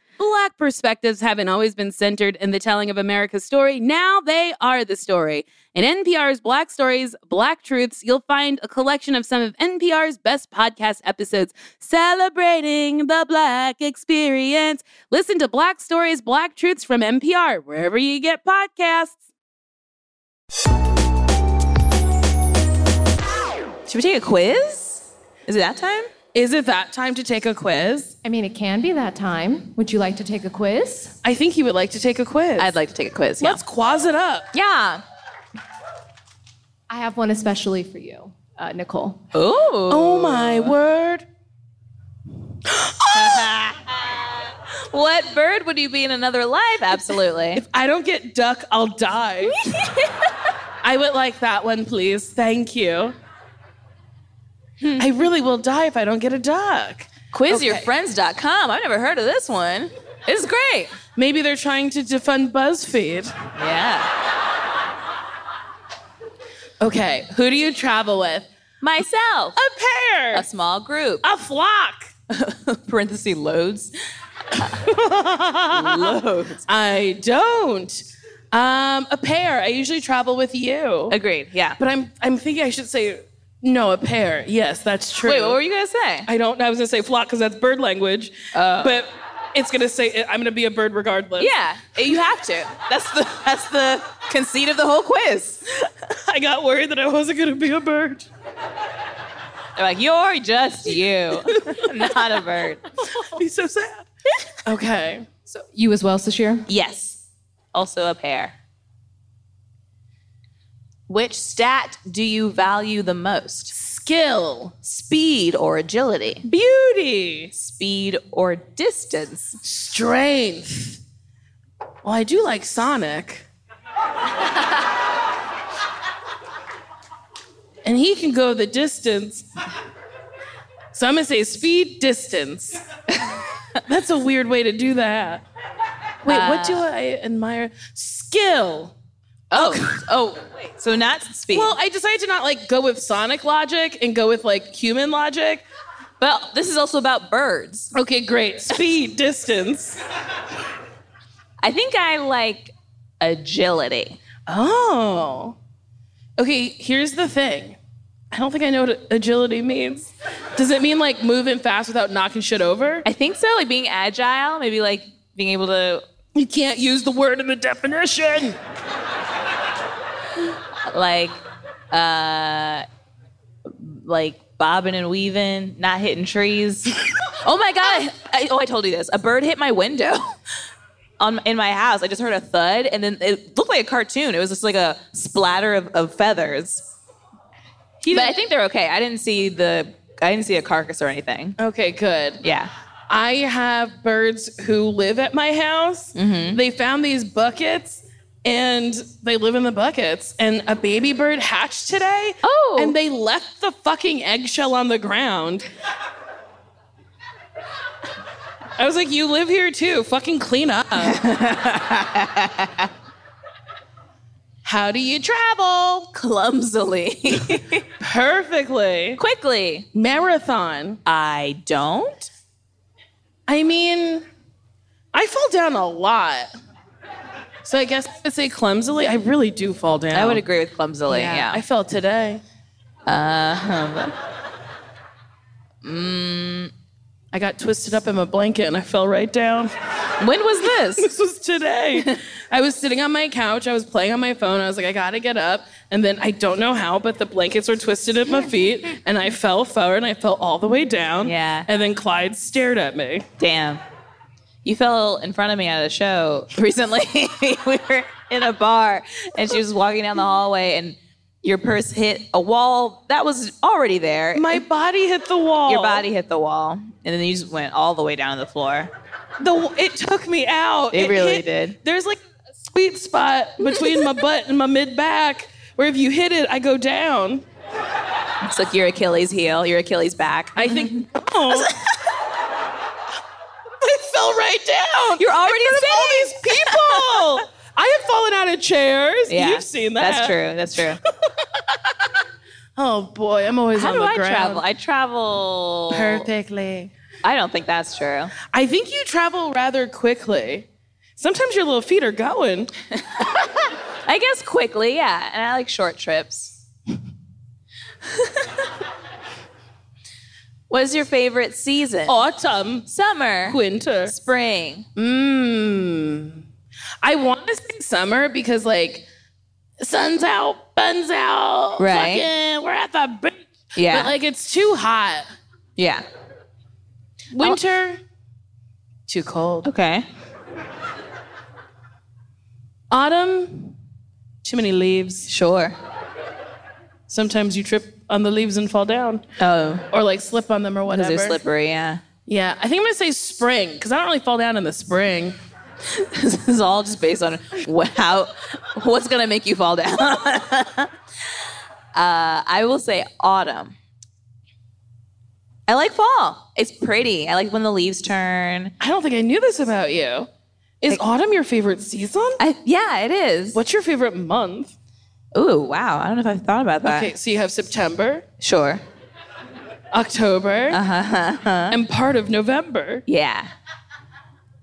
[SPEAKER 2] Black perspectives haven't always been centered in the telling of America's story. Now they are the story. In NPR's Black Stories, Black Truths, you'll find a collection of some of NPR's best podcast episodes celebrating the Black experience. Listen to Black Stories, Black Truths from NPR, wherever you get podcasts.
[SPEAKER 1] Should we take a quiz? Is it that time?
[SPEAKER 3] Is it that time to take a quiz?
[SPEAKER 6] I mean, it can be that time. Would you like to take a quiz?
[SPEAKER 3] I think he would like to take a quiz.
[SPEAKER 1] I'd like to take a quiz. Yeah.
[SPEAKER 3] Let's quaz it up.
[SPEAKER 1] yeah.
[SPEAKER 6] I have one especially for you, uh, Nicole.
[SPEAKER 1] Ooh.
[SPEAKER 3] Oh my word.
[SPEAKER 1] What bird would you be in another life? Absolutely.
[SPEAKER 3] If I don't get duck, I'll die. I would like that one, please. Thank you. I really will die if I don't get a duck.
[SPEAKER 1] Quizyourfriends.com. I've never heard of this one. It's great.
[SPEAKER 3] Maybe they're trying to defund BuzzFeed.
[SPEAKER 1] Yeah.
[SPEAKER 3] Okay, who do you travel with?
[SPEAKER 1] Myself.
[SPEAKER 3] A pair,
[SPEAKER 1] A small group.
[SPEAKER 3] a flock.
[SPEAKER 1] Parenthesis loads. loads.
[SPEAKER 3] I don't. Um, a pair. I usually travel with you.
[SPEAKER 1] Agreed. Yeah.
[SPEAKER 3] But I'm I'm thinking I should say no, a pair. Yes, that's true.
[SPEAKER 1] Wait, what were you gonna say?
[SPEAKER 3] I don't. I was gonna say flock because that's bird language. But it's gonna say I'm gonna be a bird regardless.
[SPEAKER 1] Yeah, you have to. That's the that's the conceit of the whole quiz.
[SPEAKER 3] I got worried that I wasn't gonna be a bird.
[SPEAKER 1] They're like, you're just you, not a bird.
[SPEAKER 3] I'd be so sad. okay.
[SPEAKER 6] You as well, Sashir?
[SPEAKER 1] Yes. Also a pair. Which stat do you value the most?
[SPEAKER 3] Skill,
[SPEAKER 1] Speed or agility?
[SPEAKER 3] beauty,
[SPEAKER 1] Speed or distance?
[SPEAKER 3] strength. Well, I do like Sonic. and he can go the distance. So I'm gonna say speed, distance. That's a weird way to do that. Wait, what do I admire? Skill.
[SPEAKER 1] Oh, oh, so not speed.
[SPEAKER 3] Well, I decided to not like go with Sonic logic and go with like human logic.
[SPEAKER 1] but this is also about birds.
[SPEAKER 3] Okay, great. Speed, distance.
[SPEAKER 1] I think I like agility.
[SPEAKER 3] Oh. Okay, here's the thing. I don't think I know what agility means. Does it mean like moving fast without knocking shit over?
[SPEAKER 1] I think so, like being agile, maybe like being able to
[SPEAKER 3] You can't use the word in the definition.
[SPEAKER 1] like uh like bobbing and weaving, not hitting trees. Oh my god! I, oh, I told you this. A bird hit my window on in my house. I just heard a thud, and then it looked like a cartoon. It was just like a splatter of, of feathers. but I think they're okay. I didn't see the. I didn't see a carcass or anything.
[SPEAKER 3] Okay, good.
[SPEAKER 1] Yeah.
[SPEAKER 3] I have birds who live at my house. They found these buckets and they live in the buckets. And a baby bird hatched today.
[SPEAKER 1] Oh.
[SPEAKER 3] And they left the fucking eggshell on the ground. I was like, you live here too. Fucking clean up. How do you travel?
[SPEAKER 1] Clumsily.
[SPEAKER 3] Perfectly.
[SPEAKER 1] Quickly.
[SPEAKER 3] Marathon.
[SPEAKER 1] I don't.
[SPEAKER 3] I mean, I fall down a lot. So I guess I would say clumsily. I really do fall down.
[SPEAKER 1] I would agree with clumsily.
[SPEAKER 3] Yeah,
[SPEAKER 1] Yeah. Uh-huh.
[SPEAKER 3] I fell today. Mm, I got twisted up in my blanket and I fell right down.
[SPEAKER 1] when was this?
[SPEAKER 3] This was today. I was sitting on my couch. I was playing on my phone. I was like, I gotta get up. And then I don't know how, but the blankets were twisted at my feet and I fell forward and I fell all the way down.
[SPEAKER 1] Yeah.
[SPEAKER 3] And then Clyde stared at me.
[SPEAKER 1] Damn. You fell in front of me at a show recently. we were in a bar and she was walking down the hallway and your purse hit a wall that was already there.
[SPEAKER 3] My body hit the wall.
[SPEAKER 1] your body hit the wall and then you just went all the way down to the floor.
[SPEAKER 3] the it took me out.
[SPEAKER 1] It really
[SPEAKER 3] hit-
[SPEAKER 1] did.
[SPEAKER 3] There's like a sweet spot between my butt and my mid back where if you hit it, I go down.
[SPEAKER 1] It's like your Achilles heel, your Achilles back.
[SPEAKER 3] I think oh. I fell right down.
[SPEAKER 1] You're already
[SPEAKER 3] in front of all
[SPEAKER 1] sitting.
[SPEAKER 3] these people. I had fallen out of chairs. You've seen that.
[SPEAKER 1] That's true. That's true.
[SPEAKER 3] Oh boy, I'm always
[SPEAKER 1] How
[SPEAKER 3] on
[SPEAKER 1] do
[SPEAKER 3] the
[SPEAKER 1] I
[SPEAKER 3] ground.
[SPEAKER 1] travel? I travel.
[SPEAKER 3] Perfectly.
[SPEAKER 1] I don't think that's true.
[SPEAKER 3] I think you travel rather quickly. Sometimes your little feet are going.
[SPEAKER 1] I guess quickly, yeah. And I like short trips. what is your favorite season?
[SPEAKER 3] Autumn,
[SPEAKER 1] Summer,
[SPEAKER 3] winter.
[SPEAKER 1] spring.
[SPEAKER 3] Mmm. I want to say summer because like sun's out, buns out,
[SPEAKER 1] Right.
[SPEAKER 3] Fucking, we're at the beach,
[SPEAKER 1] Yeah.
[SPEAKER 3] but like it's too hot.
[SPEAKER 1] yeah.
[SPEAKER 3] Winter, too cold.
[SPEAKER 1] Okay.
[SPEAKER 3] Autumn, too many leaves.
[SPEAKER 1] Sure.
[SPEAKER 3] Sometimes you trip on the leaves and fall down,
[SPEAKER 1] Oh,
[SPEAKER 3] or like slip on them or
[SPEAKER 1] because
[SPEAKER 3] whatever.
[SPEAKER 1] they're slippery, yeah.
[SPEAKER 3] Yeah, I think I'm gonna say spring because I don't really fall down in the spring.
[SPEAKER 1] this is all just based on wh- how what's gonna make you fall down. uh, I will say autumn. I like fall. It's pretty. I like when the leaves turn.
[SPEAKER 3] I don't think I knew this about you. Is autumn your favorite season?
[SPEAKER 1] I, yeah, it is.
[SPEAKER 3] What's your favorite month?
[SPEAKER 1] Ooh, wow. I don't know if I've thought about that.
[SPEAKER 3] Okay, so you have September,
[SPEAKER 1] Sure.
[SPEAKER 3] October,
[SPEAKER 1] Uh-huh.
[SPEAKER 3] and part of November.
[SPEAKER 1] Yeah.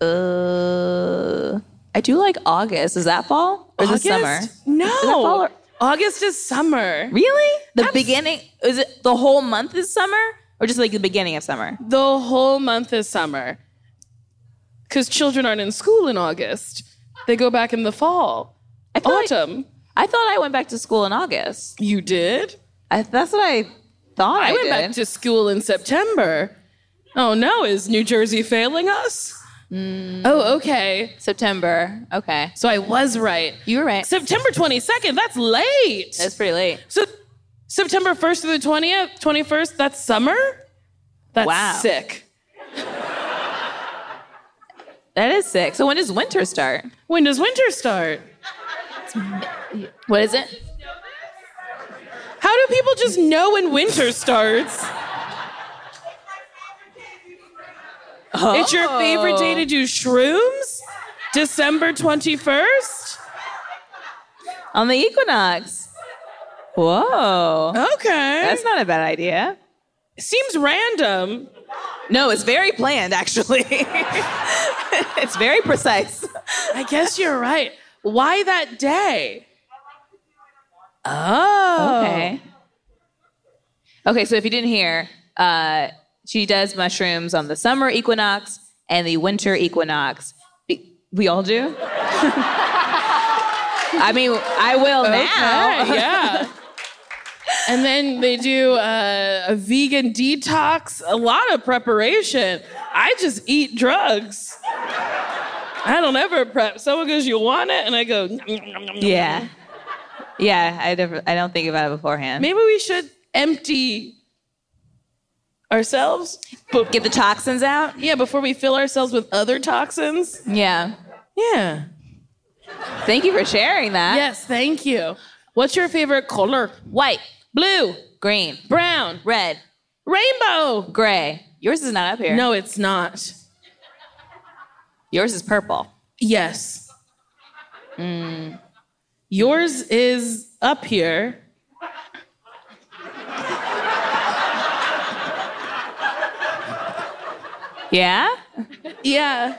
[SPEAKER 1] Uh, I do like August. Is that fall or is it summer?
[SPEAKER 3] No.
[SPEAKER 1] fall or-
[SPEAKER 3] August is summer.
[SPEAKER 1] Really? The beginning? Is it the whole month is summer or just like the beginning of summer?
[SPEAKER 3] The whole month is summer. Because children aren't in school in August, they go back in the fall.
[SPEAKER 1] I feel like-
[SPEAKER 3] Autumn.
[SPEAKER 1] I thought I went back to school in August.
[SPEAKER 3] you did?
[SPEAKER 1] I, that's what I thought. I,
[SPEAKER 3] I, went
[SPEAKER 1] did.
[SPEAKER 3] back to school in September. Oh no, is New Jersey failing us?
[SPEAKER 1] Mm.
[SPEAKER 3] Oh, okay.
[SPEAKER 1] September. Okay,
[SPEAKER 3] So I was right.
[SPEAKER 1] you were right.
[SPEAKER 3] September 22nd, that's late.
[SPEAKER 1] that's pretty late.
[SPEAKER 3] So September 1st to the 20th, 21st, that's summer? That's
[SPEAKER 1] Wow.
[SPEAKER 3] sick.
[SPEAKER 1] That is sick. So when does winter start?
[SPEAKER 3] When does winter start?
[SPEAKER 1] What is it?
[SPEAKER 3] How do people just know when winter starts? It's your favorite day to do shrooms? December 21st?
[SPEAKER 1] On the equinox. Whoa,
[SPEAKER 3] Okay.
[SPEAKER 1] that's not a bad idea.
[SPEAKER 3] Seems random.
[SPEAKER 1] No, it's very planned, actually. it's very precise.
[SPEAKER 3] I guess you're right. Why that day? Oh.
[SPEAKER 1] Okay. Oh. Okay, so if you didn't hear, uh, she does mushrooms on the summer equinox and the winter equinox. We- We all do? I mean, I will now.
[SPEAKER 3] Okay, yeah. Oh. And then they do uh, a vegan detox, a lot of preparation. I just eat drugs. I don't ever prep. Someone goes, You want it? And I go, "Nom, nom, nom, nom, nom."
[SPEAKER 1] Yeah. Yeah, I never I don't think about it beforehand.
[SPEAKER 3] Maybe we should empty ourselves. But
[SPEAKER 1] Get the toxins out?
[SPEAKER 3] yeah, before we fill ourselves with other toxins.
[SPEAKER 1] Yeah.
[SPEAKER 3] Yeah.
[SPEAKER 1] Thank you for sharing that.
[SPEAKER 3] Yes, thank you. What's your favorite color?
[SPEAKER 1] White,
[SPEAKER 3] Blue,
[SPEAKER 1] green,
[SPEAKER 3] brown,
[SPEAKER 1] red,
[SPEAKER 3] rainbow.
[SPEAKER 1] gray. Yours is not up here.
[SPEAKER 3] No, it's not.
[SPEAKER 1] Yours is purple.
[SPEAKER 3] Yes. Mm. Yours is up here.
[SPEAKER 1] Yeah?
[SPEAKER 3] Yeah.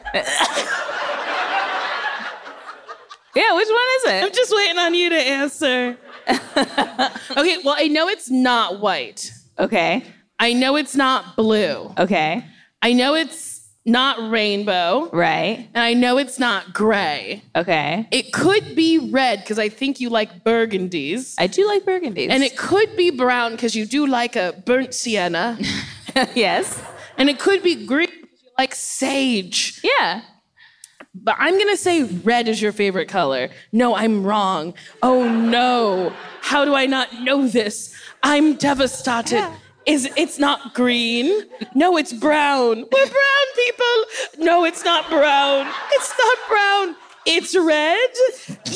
[SPEAKER 1] Yeah, which one is
[SPEAKER 3] I'm
[SPEAKER 1] it?
[SPEAKER 3] just waiting on you to answer. okay, well, I know it's not white.
[SPEAKER 1] Okay.
[SPEAKER 3] I know it's not blue.
[SPEAKER 1] Okay.
[SPEAKER 3] I know it's not rainbow.
[SPEAKER 1] Right.
[SPEAKER 3] And I know it's not gray.
[SPEAKER 1] Okay.
[SPEAKER 3] It could be red because I think you like burgundies.
[SPEAKER 1] I do like burgundies.
[SPEAKER 3] And it could be brown because you do like a burnt sienna.
[SPEAKER 1] yes.
[SPEAKER 3] and it could be green 'cause you like sage.
[SPEAKER 1] Yeah.
[SPEAKER 3] But I'm gonna say red is your favorite color. No, I'm wrong. Oh no. How do I not know this? I'm devastated. Is it's not green? No, it's brown. We're brown people. No, it's not brown. It's not brown. It's red.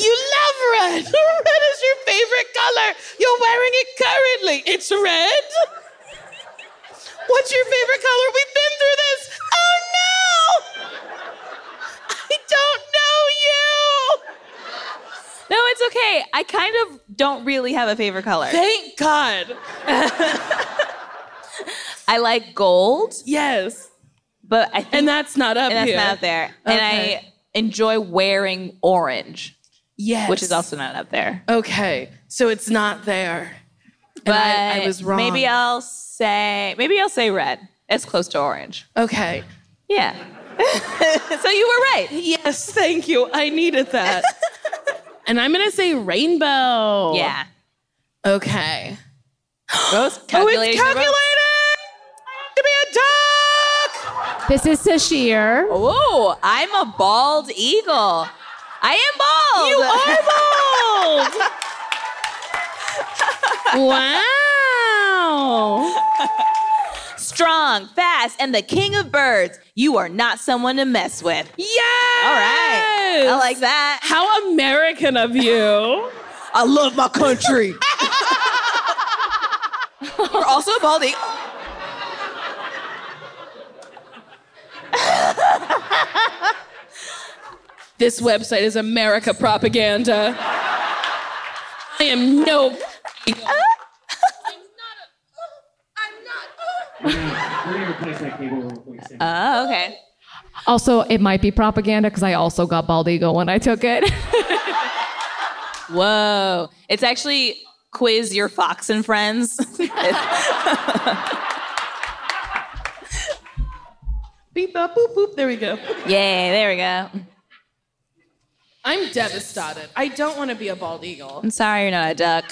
[SPEAKER 3] You love red. Red is your favorite color. You're wearing it currently. It's red. What's your favorite color? We've been through this. Oh no! I don't know you.
[SPEAKER 1] No, it's okay. I kind of don't really have a favorite color.
[SPEAKER 3] Thank God.
[SPEAKER 1] I like gold,
[SPEAKER 3] Yes.
[SPEAKER 1] but I think
[SPEAKER 3] And that's not up
[SPEAKER 1] and that's
[SPEAKER 3] here.
[SPEAKER 1] not up there. And I
[SPEAKER 3] Okay.
[SPEAKER 1] enjoy wearing orange,
[SPEAKER 3] Yes.
[SPEAKER 1] which is also not up there.
[SPEAKER 3] okay. So it's not there.
[SPEAKER 1] But
[SPEAKER 3] I- I was wrong.
[SPEAKER 1] Maybe I'll say maybe I'll say red. It's close to orange.
[SPEAKER 3] Okay.
[SPEAKER 1] Yeah. so you were right.
[SPEAKER 3] Yes. Thank you. I needed that. and I'm gonna say rainbow.
[SPEAKER 1] Yeah.
[SPEAKER 3] Okay.
[SPEAKER 1] Rose
[SPEAKER 3] Oh, it's
[SPEAKER 1] calculating the
[SPEAKER 3] calculated
[SPEAKER 1] votes.
[SPEAKER 3] to be a duck.
[SPEAKER 6] This is Sashir.
[SPEAKER 1] Whoa, I'm a bald eagle. I am bald.
[SPEAKER 3] You are bald. wow.
[SPEAKER 1] strong, fast, and the king of birds. You are not someone to mess with.
[SPEAKER 3] Yes.
[SPEAKER 1] All right. I like that.
[SPEAKER 3] How American of you.
[SPEAKER 1] I love my country. You're also a bald eagle.
[SPEAKER 3] this website is America propaganda. I am no.
[SPEAKER 7] Uh,
[SPEAKER 1] Oh, okay.
[SPEAKER 6] Also, it might be propaganda because I also got bald eagle when I took it.
[SPEAKER 1] Whoa. It's actually quiz your fox and friends.
[SPEAKER 3] Beep, bop, boop, boop. There we go.
[SPEAKER 1] Yay, there we go.
[SPEAKER 3] I'm devastated. I don't want to be a bald eagle.
[SPEAKER 1] I'm sorry you're not a duck.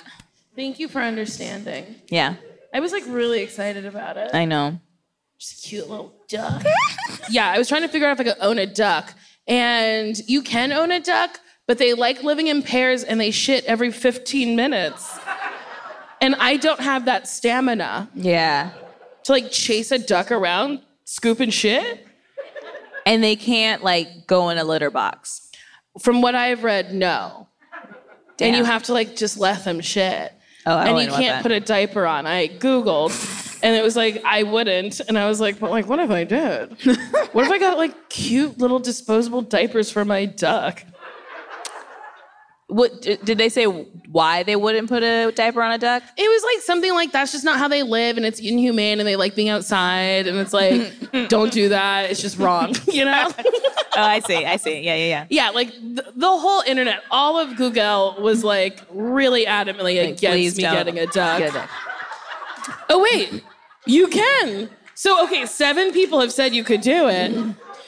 [SPEAKER 3] Thank you for understanding.
[SPEAKER 1] Yeah,
[SPEAKER 3] I was like really excited about it.
[SPEAKER 1] I know.
[SPEAKER 3] Just a cute little duck. yeah, I was trying to figure out if I could own a duck. And you can own a duck, but they like living in pairs and they shit every 15 minutes. And I don't have that stamina
[SPEAKER 1] Yeah.
[SPEAKER 3] to like chase a duck around, scooping shit.
[SPEAKER 1] And they can't like go in a litter box.
[SPEAKER 3] From what I've read, no. And
[SPEAKER 1] Damn.
[SPEAKER 3] you have to like just let them shit.
[SPEAKER 1] Oh, I
[SPEAKER 3] and you
[SPEAKER 1] wouldn't want
[SPEAKER 3] can't
[SPEAKER 1] that.
[SPEAKER 3] put a diaper on. I Googled and it was like, I wouldn't. And I was like, but like, what if I did? what if I got like cute little disposable diapers for my duck?
[SPEAKER 1] What d- did they say? Why they wouldn't put a diaper on a duck?
[SPEAKER 3] It was like something like that's just not how they live and it's inhumane and they like being outside and it's like, don't do that. It's just wrong, you know?
[SPEAKER 1] Oh, I see. I see. Yeah, yeah, yeah.
[SPEAKER 3] yeah, like th- the whole internet, all of Google was like really adamantly
[SPEAKER 1] please
[SPEAKER 3] against me
[SPEAKER 1] don't
[SPEAKER 3] getting a duck.
[SPEAKER 1] Get a duck.
[SPEAKER 3] Oh wait, you can. So okay, seven people have said you could do it.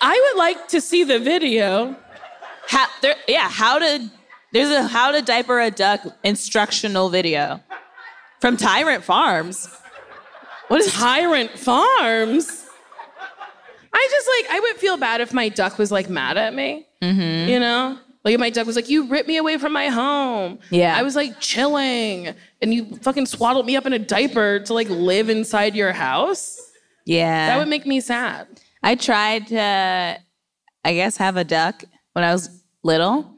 [SPEAKER 3] I would like to see the video.
[SPEAKER 1] How, there, yeah, how to. There's a how to diaper a duck instructional video
[SPEAKER 8] From Tyrant Farms. What is
[SPEAKER 3] Tyrant Farms. I just like I would feel bad if my duck was like mad at me. You know, like if my duck was like, "You ripped me away from my home."
[SPEAKER 1] Yeah.
[SPEAKER 3] I was like chilling, and you fucking swaddled me up in a diaper to like live inside your house.
[SPEAKER 1] Yeah.
[SPEAKER 3] That would make me sad.
[SPEAKER 1] I tried to, I guess, have a duck when I was little.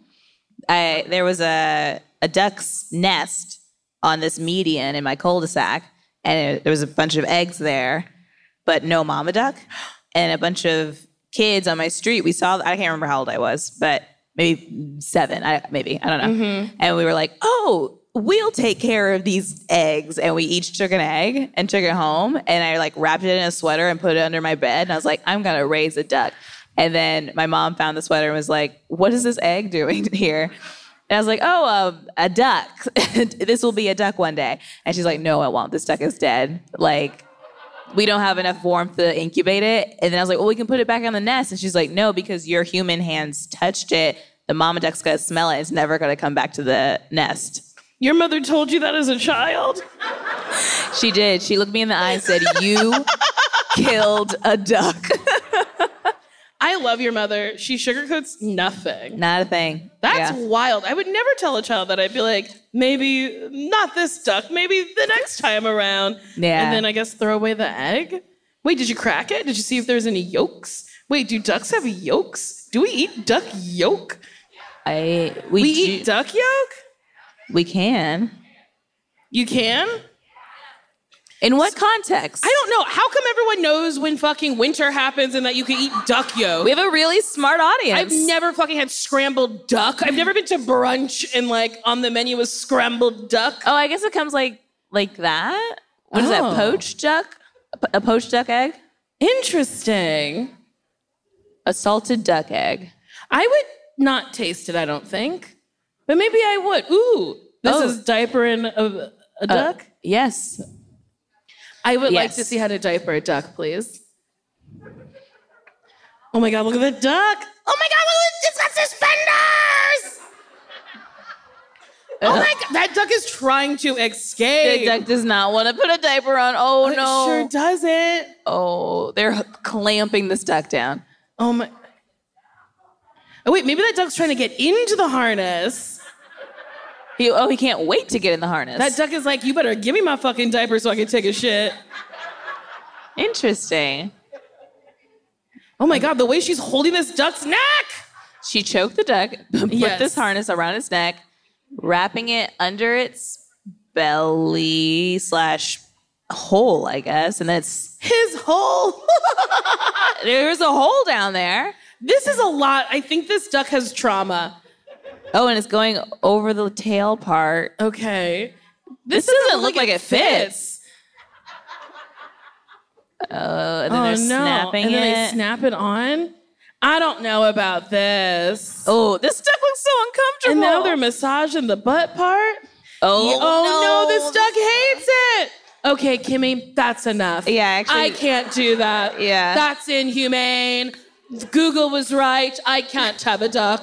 [SPEAKER 1] I there was a a duck's nest on this median in my cul-de-sac, and it- there was a bunch of eggs there, but no mama duck, and a bunch of kids on my street. We saw. I can't remember how old I was, but maybe seven. I maybe I don't know. And we were like, oh. We'll take care of these eggs, and we each took an egg and took it home. And I like wrapped it in a sweater and put it under my bed. And I was like, I'm gonna raise a duck. And then my mom found the sweater and was like, "What is this egg doing here?" And I was like, "Oh, um, a duck. this will be a duck one day." And she's like, "No, it won't. This duck is dead. Like, we don't have enough warmth to incubate it." And then I was like, "Well, we can put it back on the nest." And she's like, "No, because your human hands touched it. The mama duck's gonna smell it. It's never gonna come back to the nest."
[SPEAKER 3] Your mother told you that as a child.
[SPEAKER 1] She did. She looked me in the eye and said, "You killed a duck.
[SPEAKER 3] I love your mother. She sugarcoats nothing.
[SPEAKER 1] Not a thing."
[SPEAKER 3] That's
[SPEAKER 1] Yeah.
[SPEAKER 3] wild. I would never tell a child that. I'd be like, maybe not this duck, maybe the next time around.
[SPEAKER 1] Yeah.
[SPEAKER 3] And then I guess throw away the egg. Wait, did you crack it? Did you see if there's any yolks? Wait, do ducks have yolks? Do we eat duck yolk?
[SPEAKER 1] I we
[SPEAKER 3] We
[SPEAKER 1] do-
[SPEAKER 3] eat duck yolk?
[SPEAKER 1] we can.
[SPEAKER 3] You can?
[SPEAKER 1] In what context?
[SPEAKER 3] I don't know. How come everyone knows when fucking winter happens and that you can eat duck yolk?
[SPEAKER 1] We have a really smart
[SPEAKER 3] I've
[SPEAKER 1] audience.
[SPEAKER 3] never fucking had scrambled duck. I've never been to brunch and like on the menu was scrambled duck.
[SPEAKER 1] oh, I guess it comes like like that. What is
[SPEAKER 3] Oh.
[SPEAKER 1] that? Poached duck? A po- A poached duck egg?
[SPEAKER 3] Interesting.
[SPEAKER 1] A salted duck egg.
[SPEAKER 3] I would not taste it, I don't think. But maybe I would. Ooh, this
[SPEAKER 1] Oh.
[SPEAKER 3] is diapering a, a duck.
[SPEAKER 1] Yes.
[SPEAKER 3] I would like
[SPEAKER 1] yes.
[SPEAKER 3] to see how to diaper a duck, please. Oh my God, look at the duck. Oh my God, look at it. It's got suspenders. Oh my God, that duck is trying to escape.
[SPEAKER 1] The duck does not want to put a diaper on. Oh
[SPEAKER 3] It
[SPEAKER 1] no.
[SPEAKER 3] sure doesn't.
[SPEAKER 1] oh, they're h- clamping this duck down.
[SPEAKER 3] Oh my. Oh wait, maybe that duck's trying to get into the harness.
[SPEAKER 1] He, oh, he can't wait to get in the harness.
[SPEAKER 3] That duck is like, you better give me my fucking diaper so I can take a shit.
[SPEAKER 1] Interesting.
[SPEAKER 3] Oh my god, the way she's holding this duck's neck!
[SPEAKER 1] She choked the duck, put
[SPEAKER 3] Yes.
[SPEAKER 1] this harness around its neck, wrapping it under its belly slash hole, I guess, and then it's
[SPEAKER 3] His hole.
[SPEAKER 1] There's a hole down there.
[SPEAKER 3] this is a lot. I think this duck has trauma.
[SPEAKER 1] Oh, and it's going over the tail part.
[SPEAKER 3] Okay.
[SPEAKER 1] This, doesn't look like it fits. Oh, and then
[SPEAKER 3] Oh
[SPEAKER 1] they're
[SPEAKER 3] no.
[SPEAKER 1] snapping
[SPEAKER 3] and then
[SPEAKER 1] it.
[SPEAKER 3] they snap it on. I don't know about this.
[SPEAKER 1] oh, this duck looks so uncomfortable.
[SPEAKER 3] And now they're massaging the butt part.
[SPEAKER 1] oh,
[SPEAKER 3] Oh no, this duck hates it. Okay, Kimmy, that's enough.
[SPEAKER 1] Yeah, actually-
[SPEAKER 3] I can't do that.
[SPEAKER 1] Yeah.
[SPEAKER 3] That's inhumane. Google was right. I can't have a duck.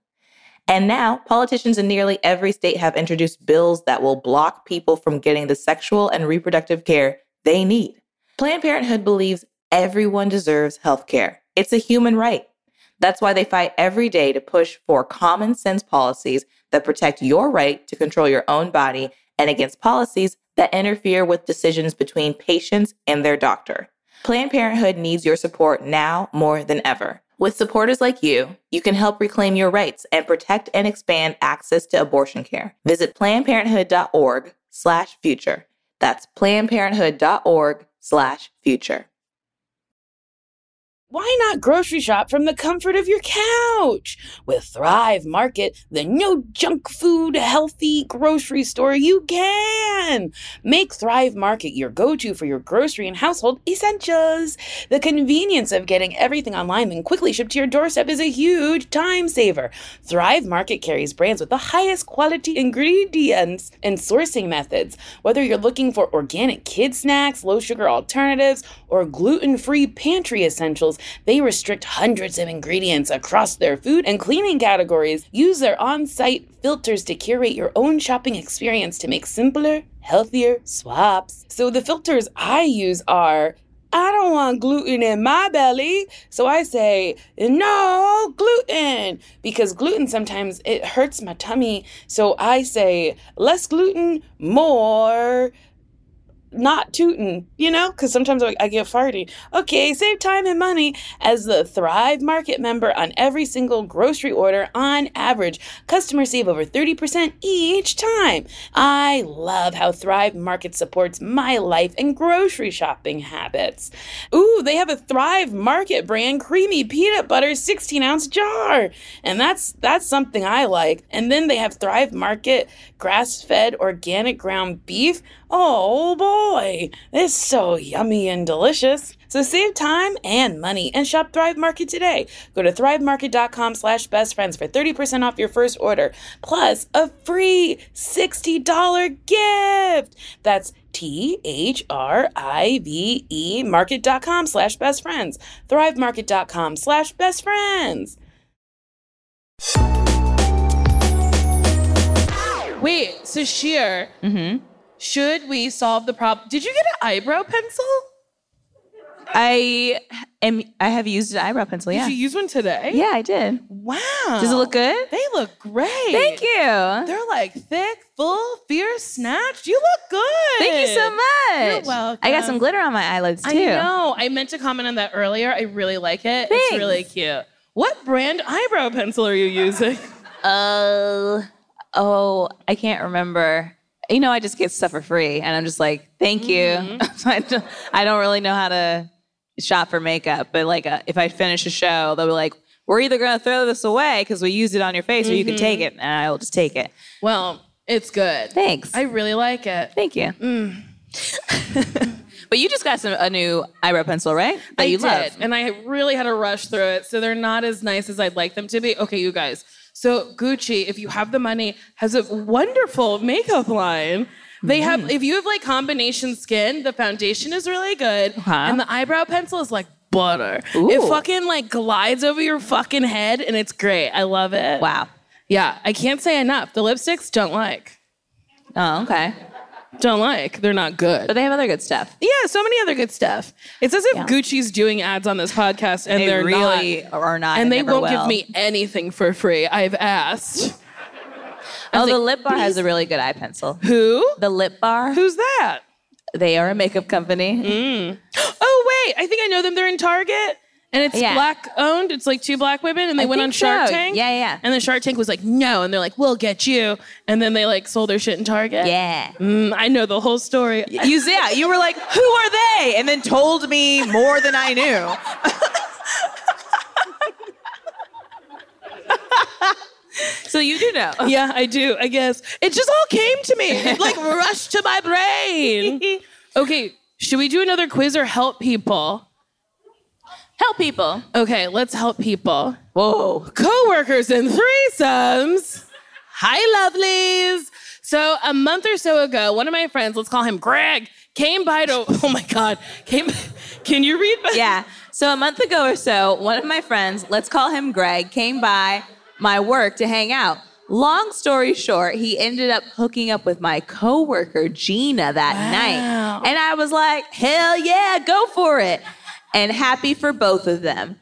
[SPEAKER 5] And now, politicians in nearly every state have introduced bills that will block people from getting the sexual and reproductive care they need. Planned Parenthood believes everyone deserves health care, it's a human right. That's why they fight every day to push for common sense policies that protect your right to control your own body and against policies that interfere with decisions between patients and their doctor. Planned Parenthood needs your support now more than ever. With supporters like you, you can help reclaim your rights and protect and expand access to abortion care. Visit plannedparenthood.org slash future. That's plannedparenthood.org slash future.
[SPEAKER 2] Why not grocery shop from the comfort of your couch? With Thrive Market, the no junk food, healthy grocery store, you can. Make Thrive Market your go to for your grocery and household essentials. The convenience of getting everything online and quickly shipped to your doorstep is a huge time saver. Thrive Market carries brands with the highest quality ingredients and sourcing methods. Whether you're looking for organic kid snacks, low sugar alternatives, or gluten free pantry essentials, they restrict hundreds of ingredients across their food and cleaning categories. Use their on site filters to curate your own shopping experience to make simpler, healthier swaps. So the filters I use are I don't want gluten in my belly. So I say, no gluten, because gluten sometimes it hurts my tummy. So I say, less gluten, more not tootin', you know, because sometimes I, I get farty. Okay, save time and money as the Thrive Market member on every single grocery order on average. Customers save over 30% each time. I love how Thrive Market supports my life and grocery shopping habits. Ooh, they have a Thrive Market brand creamy peanut butter 16 ounce jar. And that's that's something I like. And then they have Thrive Market grass fed organic ground beef. Oh boy, it's so yummy and delicious. So save time and money and shop Thrive Market today. Go to thrivemarket.com slash best friends for 30% off your first order, plus a free $60 gift. That's T-H-R-I-V-E E market.com slash best friends. Thrivemarket.com slash best friends.
[SPEAKER 3] Wait, so Sheer,
[SPEAKER 1] Mm-hmm.
[SPEAKER 3] should we solve the problem? Did you get an eyebrow pencil?
[SPEAKER 1] I am. I have used an eyebrow pencil. Yeah.
[SPEAKER 3] Did you use one today?
[SPEAKER 1] yeah, I did.
[SPEAKER 3] Wow.
[SPEAKER 1] Does it look good?
[SPEAKER 3] They look great.
[SPEAKER 1] Thank you.
[SPEAKER 3] They're like thick, full, fierce, snatched. You look good.
[SPEAKER 1] Thank you so much.
[SPEAKER 3] You're welcome.
[SPEAKER 1] I got some glitter on my eyelids too.
[SPEAKER 3] I know. I meant to comment on that earlier. I really like it. It's
[SPEAKER 1] Thanks.
[SPEAKER 3] really cute. What brand eyebrow pencil are you using?
[SPEAKER 1] Uh, oh, I can't remember. You know, I just get stuff for free, and I'm just like, thank you.
[SPEAKER 3] Mm-hmm.
[SPEAKER 1] I, don't, I don't really know how to shop for makeup, but like, uh, if I finish a show, they'll be like, we're either gonna throw this away because we used it on your face, or you can take
[SPEAKER 3] Mm-hmm.
[SPEAKER 1] it, and I'll just take it.
[SPEAKER 3] well, it's good.
[SPEAKER 1] Thanks.
[SPEAKER 3] I really like it.
[SPEAKER 1] Thank you.
[SPEAKER 3] Mm.
[SPEAKER 1] but you just got some, a new eyebrow pencil, right? That
[SPEAKER 3] I
[SPEAKER 1] you
[SPEAKER 3] did,
[SPEAKER 1] love.
[SPEAKER 3] and I really had to rush through it, so they're not as nice as I'd like them to be. Okay, you guys. So Gucci, if you have the money, has a wonderful makeup line.
[SPEAKER 1] Mm-hmm.
[SPEAKER 3] They have, if you have like combination skin, the foundation is really good, and the eyebrow pencil is like butter. It
[SPEAKER 1] Uh-huh. Ooh.
[SPEAKER 3] fucking like glides over your fucking head, and it's great. I love it.
[SPEAKER 1] Wow.
[SPEAKER 3] Yeah, I can't say enough. The lipsticks don't like,
[SPEAKER 1] Oh, okay.
[SPEAKER 3] don't like. They're not good.
[SPEAKER 1] But they have other good stuff.
[SPEAKER 3] Yeah, so many other good stuff. It's as if Gucci's doing ads on this podcast and
[SPEAKER 1] They
[SPEAKER 3] are
[SPEAKER 1] really
[SPEAKER 3] not.
[SPEAKER 1] are not,
[SPEAKER 3] And,
[SPEAKER 1] and
[SPEAKER 3] they
[SPEAKER 1] never
[SPEAKER 3] won't give
[SPEAKER 1] will.
[SPEAKER 3] me anything for free. I've asked.
[SPEAKER 1] Oh, the lip bar has a really good eye pencil.
[SPEAKER 3] Who?
[SPEAKER 1] The lip bar.
[SPEAKER 3] Who's that?
[SPEAKER 1] They are a makeup company.
[SPEAKER 3] Oh, wait. I think I know them. They're in Target. And it's
[SPEAKER 1] Yeah.
[SPEAKER 3] black owned. It's like two black women, and they
[SPEAKER 1] I
[SPEAKER 3] went
[SPEAKER 1] think
[SPEAKER 3] on Shark
[SPEAKER 1] so.
[SPEAKER 3] Tank.
[SPEAKER 1] Yeah, yeah.
[SPEAKER 3] And then Shark Tank was like, "No," and they're like, "We'll get you." And then they like sold their shit in Target.
[SPEAKER 1] Yeah.
[SPEAKER 3] Mm, I know the whole story.
[SPEAKER 1] You yeah, you were like, who are they? And then told me more than I knew. so you do know.
[SPEAKER 3] yeah, I do. I guess it just all came to me. It like rushed to my brain. Okay, should we do another quiz or help people?
[SPEAKER 1] Help people.
[SPEAKER 3] Okay, let's help people.
[SPEAKER 1] Whoa.
[SPEAKER 3] Coworkers and threesomes. Hi, lovelies. So a month or so ago, one of my friends, let's call him Greg, came by to. Oh my God, came. Can you read? my-
[SPEAKER 1] Yeah. So a month ago or so, one of my friends, let's call him Greg, came by my work to hang out. Long story short, he ended up hooking up with my coworker Gina that night. And I was like, "Hell yeah, go for it." And happy for both of them.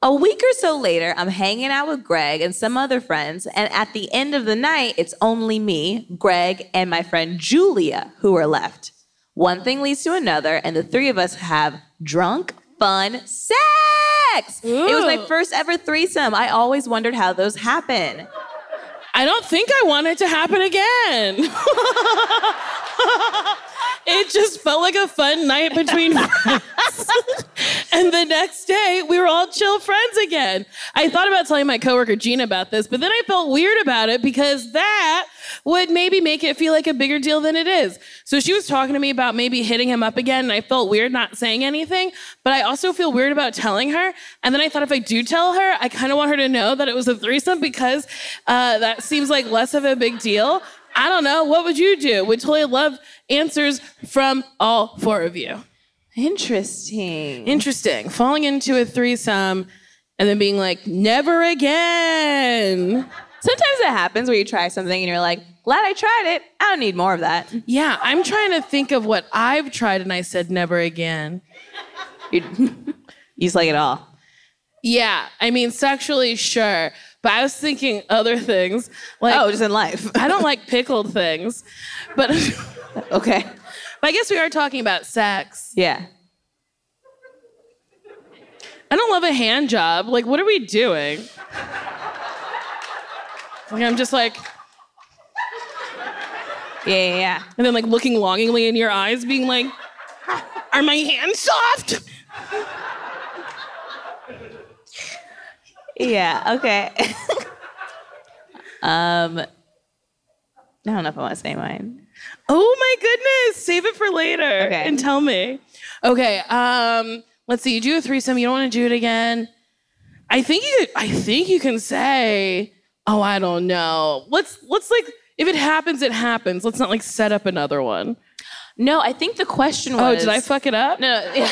[SPEAKER 1] A week or so later, I'm hanging out with Greg and some other friends, and at the end of the night, it's only me, Greg, and my friend Julia who are left. One thing leads to another, and the three of us have drunk, fun sex. It was my first ever threesome. I always wondered how those happen.
[SPEAKER 3] I don't think I want it to happen again. it just felt like a fun night between friends. And the next day, we were all chill friends again. I thought about telling my coworker Gina about this, but then I felt weird about it because that would maybe make it feel like a bigger deal than it is. So she was talking to me about maybe hitting him up again, and I felt weird not saying anything, but I also feel weird about telling her. And then I thought if I do tell her, I kind of want her to know that it was a threesome because uh, that seems like less of a big deal. I don't know. What would you do? Would totally love answers from all four of you.
[SPEAKER 1] Interesting.
[SPEAKER 3] Interesting. Falling into a threesome and then being like, never again.
[SPEAKER 1] Sometimes it happens where you try something and you're like, glad I tried it. I don't need more of that.
[SPEAKER 3] Yeah, I'm trying to think of what I've tried and I said never again.
[SPEAKER 1] You you just like it all.
[SPEAKER 3] Yeah, I mean, sexually, sure. But I was thinking other things. Like,
[SPEAKER 1] Oh, just in life.
[SPEAKER 3] I don't like pickled things. But,
[SPEAKER 1] okay.
[SPEAKER 3] but I guess we are talking about sex.
[SPEAKER 1] Yeah.
[SPEAKER 3] I don't love a hand job. Like, what are we doing? Like, I'm just like,
[SPEAKER 1] Yeah, yeah, yeah.
[SPEAKER 3] and then like looking longingly in your eyes, being like, "Are my hands soft?"
[SPEAKER 1] Yeah, okay. um I don't know if I want to say mine.
[SPEAKER 3] Oh my goodness! Save it for later
[SPEAKER 1] Okay.
[SPEAKER 3] and tell me. Okay. Um. Let's see. You do a threesome. You don't want to do it again. I think you. I think you can say, "Oh, I don't know." Let's let's like if it happens, it happens. Let's not like set up another one.
[SPEAKER 1] No, I think the question
[SPEAKER 3] Oh,
[SPEAKER 1] was
[SPEAKER 3] did I fuck it up?
[SPEAKER 1] No, yeah.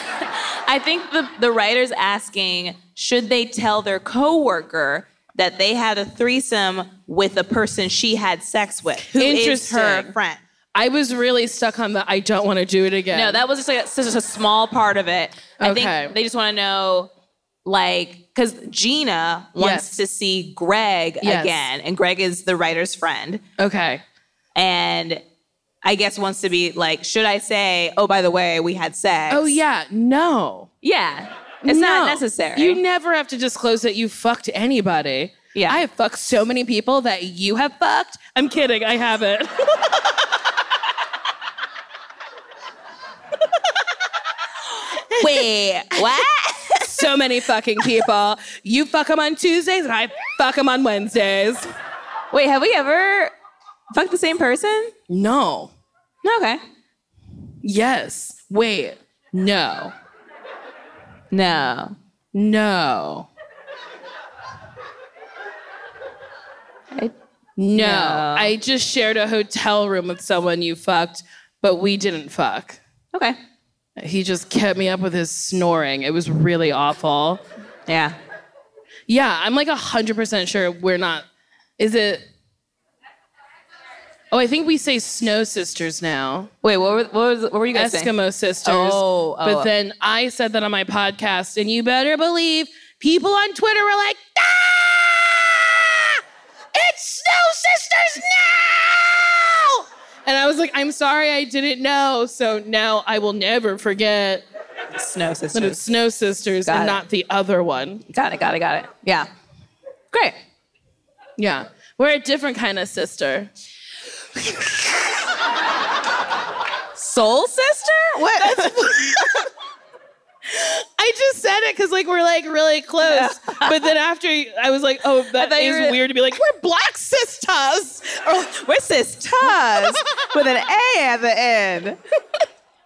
[SPEAKER 1] I think the, the writer's asking should they tell their coworker that they had a threesome with a person she had sex with who is her
[SPEAKER 3] Interesting.
[SPEAKER 1] friend?
[SPEAKER 3] I was really stuck on the. I don't want to do it again.
[SPEAKER 1] No, that was just like a, just a small part of it. I
[SPEAKER 3] Okay.
[SPEAKER 1] think they just want to know, like, because Gina wants
[SPEAKER 3] Yes.
[SPEAKER 1] to see Greg
[SPEAKER 3] Yes.
[SPEAKER 1] again, and Greg is the writer's friend,
[SPEAKER 3] okay.
[SPEAKER 1] and I guess wants to be like, should I say, oh, by the way, we had sex?
[SPEAKER 3] Oh yeah. No.
[SPEAKER 1] yeah. It's not
[SPEAKER 3] No.
[SPEAKER 1] necessary.
[SPEAKER 3] You never have to disclose that you fucked anybody.
[SPEAKER 1] Yeah.
[SPEAKER 3] I have fucked so many people that you have fucked. I'm kidding. I haven't.
[SPEAKER 1] Wait, what?
[SPEAKER 3] so many fucking people. You fuck them on Tuesdays and I fuck them on Wednesdays.
[SPEAKER 1] Wait, have we ever fucked the same person?
[SPEAKER 3] No.
[SPEAKER 1] No, okay.
[SPEAKER 3] Yes. Wait. No.
[SPEAKER 1] No.
[SPEAKER 3] No.
[SPEAKER 1] I-
[SPEAKER 3] no.
[SPEAKER 1] No.
[SPEAKER 3] I just shared a hotel room with someone you fucked, but we didn't fuck.
[SPEAKER 1] Okay.
[SPEAKER 3] He just kept me up with his snoring. It was really awful.
[SPEAKER 1] Yeah.
[SPEAKER 3] Yeah, I'm like 100% sure we're not. Is it. Oh, I think we say snow sisters now,
[SPEAKER 1] Wait, what were, what was, what were you guys saying?
[SPEAKER 3] Eskimo sisters.
[SPEAKER 1] Oh, oh.
[SPEAKER 3] But then I said that on my podcast, and you better believe people on Twitter were like, ah! It's snow sisters now! And I was like, I'm sorry I didn't know, so now I will never forget
[SPEAKER 1] Snow
[SPEAKER 3] that it's
[SPEAKER 1] sisters.
[SPEAKER 3] snow sisters
[SPEAKER 1] Got
[SPEAKER 3] and
[SPEAKER 1] it.
[SPEAKER 3] not the other one.
[SPEAKER 1] Got it, got it, got it. Yeah. Great.
[SPEAKER 3] Yeah. We're a different kind of sister.
[SPEAKER 1] Soul sister? What?
[SPEAKER 3] I just said it because like we're like really close. but then after I was like, oh, that
[SPEAKER 1] thought you
[SPEAKER 3] is
[SPEAKER 1] were-
[SPEAKER 3] weird to be like, we're black sisters. Or,
[SPEAKER 1] Oh, We're sisters with an A at the end.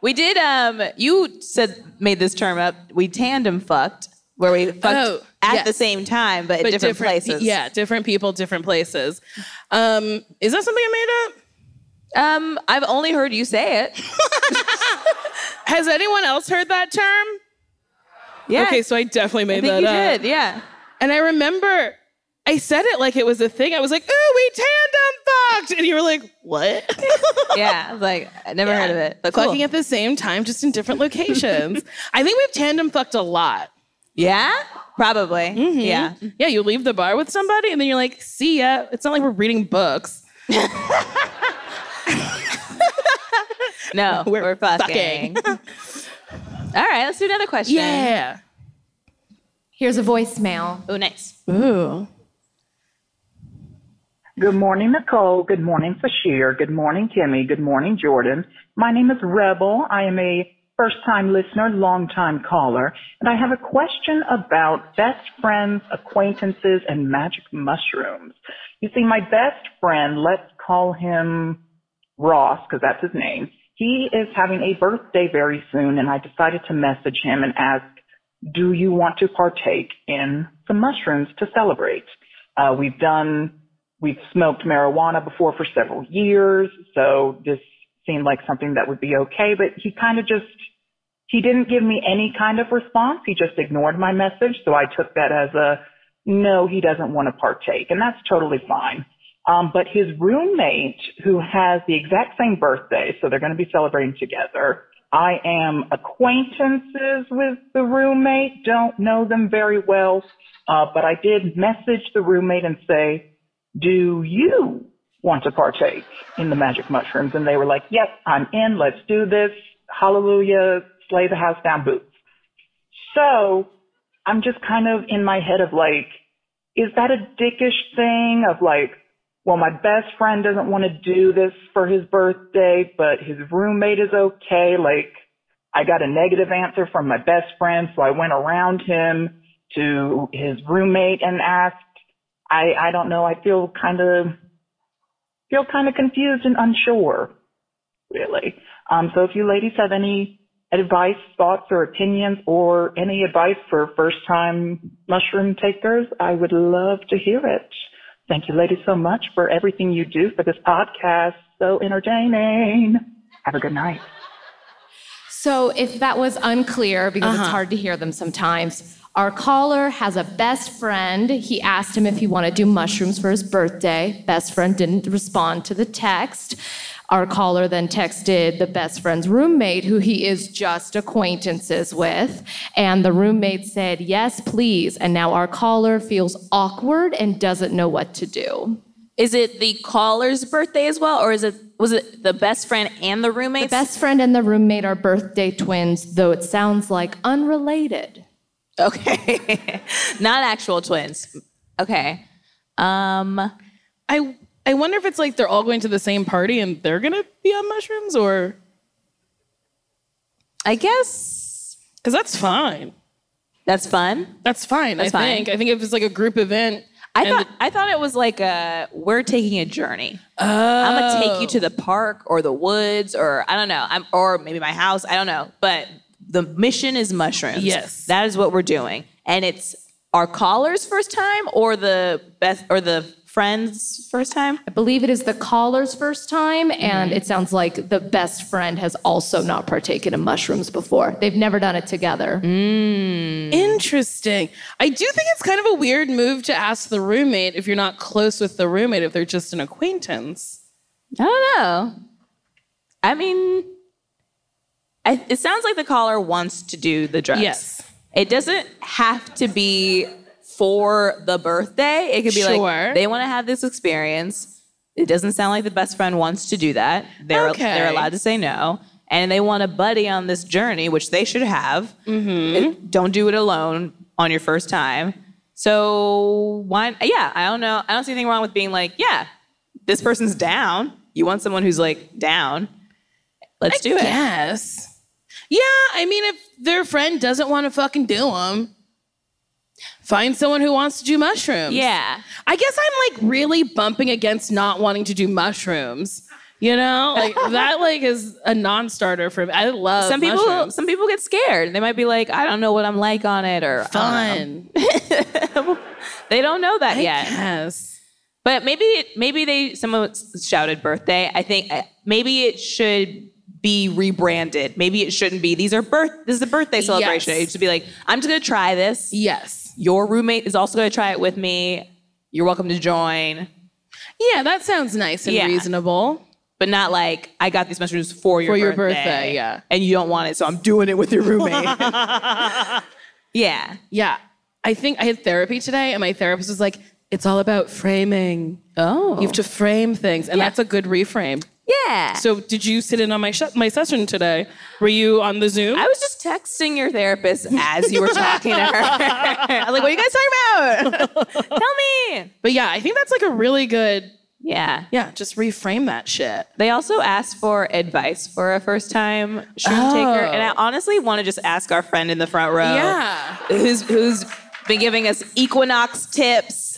[SPEAKER 1] We did. Um, you said made this term up. We tandem fucked, where we fucked
[SPEAKER 3] Oh,
[SPEAKER 1] at
[SPEAKER 3] yes.
[SPEAKER 1] the same time but, at
[SPEAKER 3] but
[SPEAKER 1] different,
[SPEAKER 3] pe-
[SPEAKER 1] places.
[SPEAKER 3] Yeah, different people, different places. Um, is that something I made up?
[SPEAKER 1] Um, I've only heard you say it.
[SPEAKER 3] Has anyone else heard that term?
[SPEAKER 1] Yeah.
[SPEAKER 3] Okay, so I definitely made
[SPEAKER 1] I think
[SPEAKER 3] that
[SPEAKER 1] you
[SPEAKER 3] up.
[SPEAKER 1] did. Yeah.
[SPEAKER 3] And I remember I said it like it was a thing. I was like, ooh, we tandem fucked. And you were like, what?
[SPEAKER 1] Yeah. I was like, I never heard of it. But cool.
[SPEAKER 3] Fucking at the same time, just in different locations. I think we've tandem fucked a lot.
[SPEAKER 1] yeah. Probably.
[SPEAKER 3] Mm-hmm.
[SPEAKER 1] Yeah.
[SPEAKER 3] Yeah, you leave the bar with somebody and then you're like, see ya. It's not like we're reading books.
[SPEAKER 1] No, we're, fucking.
[SPEAKER 3] fucking.
[SPEAKER 1] All right. Let's do another question.
[SPEAKER 6] Here's a voicemail.
[SPEAKER 1] Oh, nice.
[SPEAKER 3] Ooh.
[SPEAKER 9] Good morning, Nicole. Good morning, Bashir. Good morning, Kimmy. Good morning, Jordan. My name is Rebel. I am a First time listener, long time caller. And I have a question about best friends, acquaintances, and magic mushrooms. You see, my best friend, let's call him Ross, because that's his name. He is having a birthday very soon, and I decided to message him and ask, do you want to partake in some mushrooms to celebrate? Uh, we've done, we've smoked marijuana before for several years, so this seemed like something that would be okay, but he kind of just, he didn't give me any kind of response. He just ignored my message, so I took that as a no, he doesn't want to partake, and that's totally fine. Um, but his roommate, who has the exact same birthday, so they're going to be celebrating together. I am acquaintances with the roommate, don't know them very well, uh, but I did message the roommate and say, Do you want to partake in the magic mushrooms? And they were like, Yes, I'm in, let's do this. Hallelujah, slay the house down boots. So I'm just kind of in my head of like, is that a dickish thing of like, well, my best friend doesn't want to do this for his birthday, but his roommate is okay. Like, I got a negative answer from my best friend, so I went around him to his roommate and asked, I, I don't know, I feel kind of, feel kind of confused and unsure, really. Um, so if you ladies have any advice, thoughts, or opinions, or any advice for first time mushroom takers, I would love to hear it. Thank you, ladies, so much for everything you do for this podcast. So entertaining. Have a good night.
[SPEAKER 6] So, if that was unclear, because it's hard to hear them sometimes, our caller has a best friend. He asked him if he wanted to do mushrooms for his birthday. Best friend didn't respond to the text. Our caller then texted the best friend's roommate, who he is just acquaintances with. And the roommate said, Yes, please. And now our caller feels awkward and doesn't know what to do.
[SPEAKER 1] Is it the caller's birthday as well, or is it was it the best friend and the roommate's?
[SPEAKER 6] Best friend and the roommate are birthday twins, though it sounds like unrelated.
[SPEAKER 1] Okay, not actual twins. Okay. Um,
[SPEAKER 3] I I wonder if it's like they're all going to the same party and they're gonna be on mushrooms or
[SPEAKER 1] I guess
[SPEAKER 3] because that's fine.
[SPEAKER 1] that's fun.
[SPEAKER 3] That's fine. I
[SPEAKER 1] fine.
[SPEAKER 3] think. I think if it's like a group event.
[SPEAKER 1] I
[SPEAKER 3] And
[SPEAKER 1] thought I thought it was like a we're taking a journey. I'm gonna take you to the park or the woods or I don't know. I'm or maybe my house. I don't know. But the mission is mushrooms.
[SPEAKER 3] Yes.
[SPEAKER 1] that is what we're doing, and it's our caller's first time or the best or the friend's first time.
[SPEAKER 6] I believe it is the caller's first time, and it sounds like the best friend has also not partaken in mushrooms before. They've never done it together.
[SPEAKER 3] Interesting. I do think it's kind of a weird move to ask the roommate if you're not close with the roommate if they're just an acquaintance.
[SPEAKER 1] I don't know. I mean, I, it sounds like the caller wants to do the drugs.
[SPEAKER 3] Yes.
[SPEAKER 1] It doesn't have to be for the birthday. It could be
[SPEAKER 3] Sure.
[SPEAKER 1] like they want to have this experience. It doesn't sound like the best friend wants to do that. They're
[SPEAKER 3] Okay.
[SPEAKER 1] they're allowed to say no, and they want a buddy on this journey, which they should have.
[SPEAKER 3] Mm-hmm.
[SPEAKER 1] It- Don't do it alone on your first time. So why? Yeah, I don't know. I don't see anything wrong with being like, yeah, this person's down. You want someone who's like down. Let's do it.
[SPEAKER 3] Yes. Yeah, I mean, if their friend doesn't want to fucking do them, find someone who wants to do mushrooms.
[SPEAKER 1] Yeah.
[SPEAKER 3] I guess I'm like really bumping against not wanting to do mushrooms. You know, like that, like is a non-starter for me. I love
[SPEAKER 1] some people
[SPEAKER 3] mushrooms.
[SPEAKER 1] some people get scared. They might be like, I don't know what I'm like on it or I don't know.
[SPEAKER 3] fun.
[SPEAKER 1] They don't know that yet.
[SPEAKER 3] Yes.
[SPEAKER 1] But maybe maybe they someone s- shouted birthday. I think uh, maybe it should be rebranded. Maybe it shouldn't be. These are birth this is a birthday celebration.
[SPEAKER 3] Yes.
[SPEAKER 1] It should be like, I'm just going to try this.
[SPEAKER 3] Yes.
[SPEAKER 1] Your roommate is also going to try it with me. You're welcome to join,
[SPEAKER 3] Yeah, that sounds nice and
[SPEAKER 1] Yeah.
[SPEAKER 3] reasonable.
[SPEAKER 1] but not like I got these mushrooms for your
[SPEAKER 3] For your
[SPEAKER 1] birthday,
[SPEAKER 3] birthday, yeah.
[SPEAKER 1] and you don't want it, so I'm doing it with your roommate. yeah.
[SPEAKER 3] Yeah. I think I had therapy today, and my therapist was like, it's all about framing.
[SPEAKER 1] Oh.
[SPEAKER 3] You have to frame things, and that's a good reframe.
[SPEAKER 1] yeah.
[SPEAKER 3] So, did you sit in on my sh- my session today? Were you on the Zoom?
[SPEAKER 1] I was just texting your therapist as you were talking to her. I'm like, what are you guys talking about? Tell me.
[SPEAKER 3] but yeah, I think that's like a really good
[SPEAKER 1] Yeah.
[SPEAKER 3] Yeah, just reframe that shit.
[SPEAKER 1] They also asked for advice for a first time shroom taker. And I honestly want to just ask our friend in the front row
[SPEAKER 3] Oh. Yeah.
[SPEAKER 1] who's who's been giving us equinox tips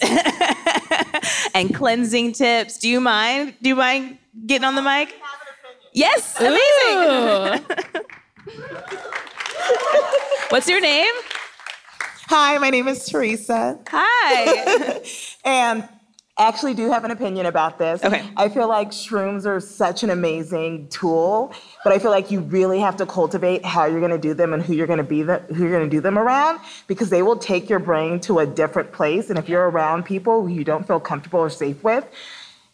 [SPEAKER 1] and cleansing tips. Do you mind? Do you mind getting on the mic? Yes, amazing. What's your name?
[SPEAKER 10] Hi, my name is Teresa,
[SPEAKER 1] Hi.
[SPEAKER 10] and I actually do have an opinion about this.
[SPEAKER 1] Okay.
[SPEAKER 10] I feel like shrooms are such an amazing tool, but I feel like you really have to cultivate how you're going to do them and who you're going to be the, who you're going to do them around because they will take your brain to a different place and if you're around people who you don't feel comfortable or safe with,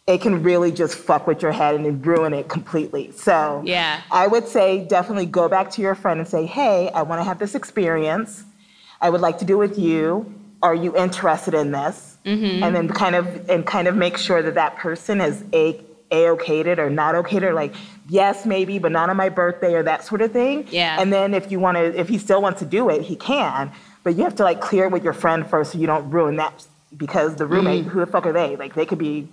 [SPEAKER 10] it can really just fuck with your head and ruin it completely. So
[SPEAKER 1] Yeah.
[SPEAKER 10] I would say definitely go back to your friend and say, hey, I want to have this experience. I would like to do with you. Are you interested in this?
[SPEAKER 1] Mm-hmm.
[SPEAKER 10] And then kind of and kind of make sure that that person is a a okated or not okated, or like yes maybe, but not on my birthday or that sort of thing.
[SPEAKER 1] Yeah.
[SPEAKER 10] And then if you want to, if he still wants to do it, he can. But you have to like clear it with your friend first, so you don't ruin that because the roommate,
[SPEAKER 1] Mm-hmm.
[SPEAKER 10] who the fuck are they? Like they could be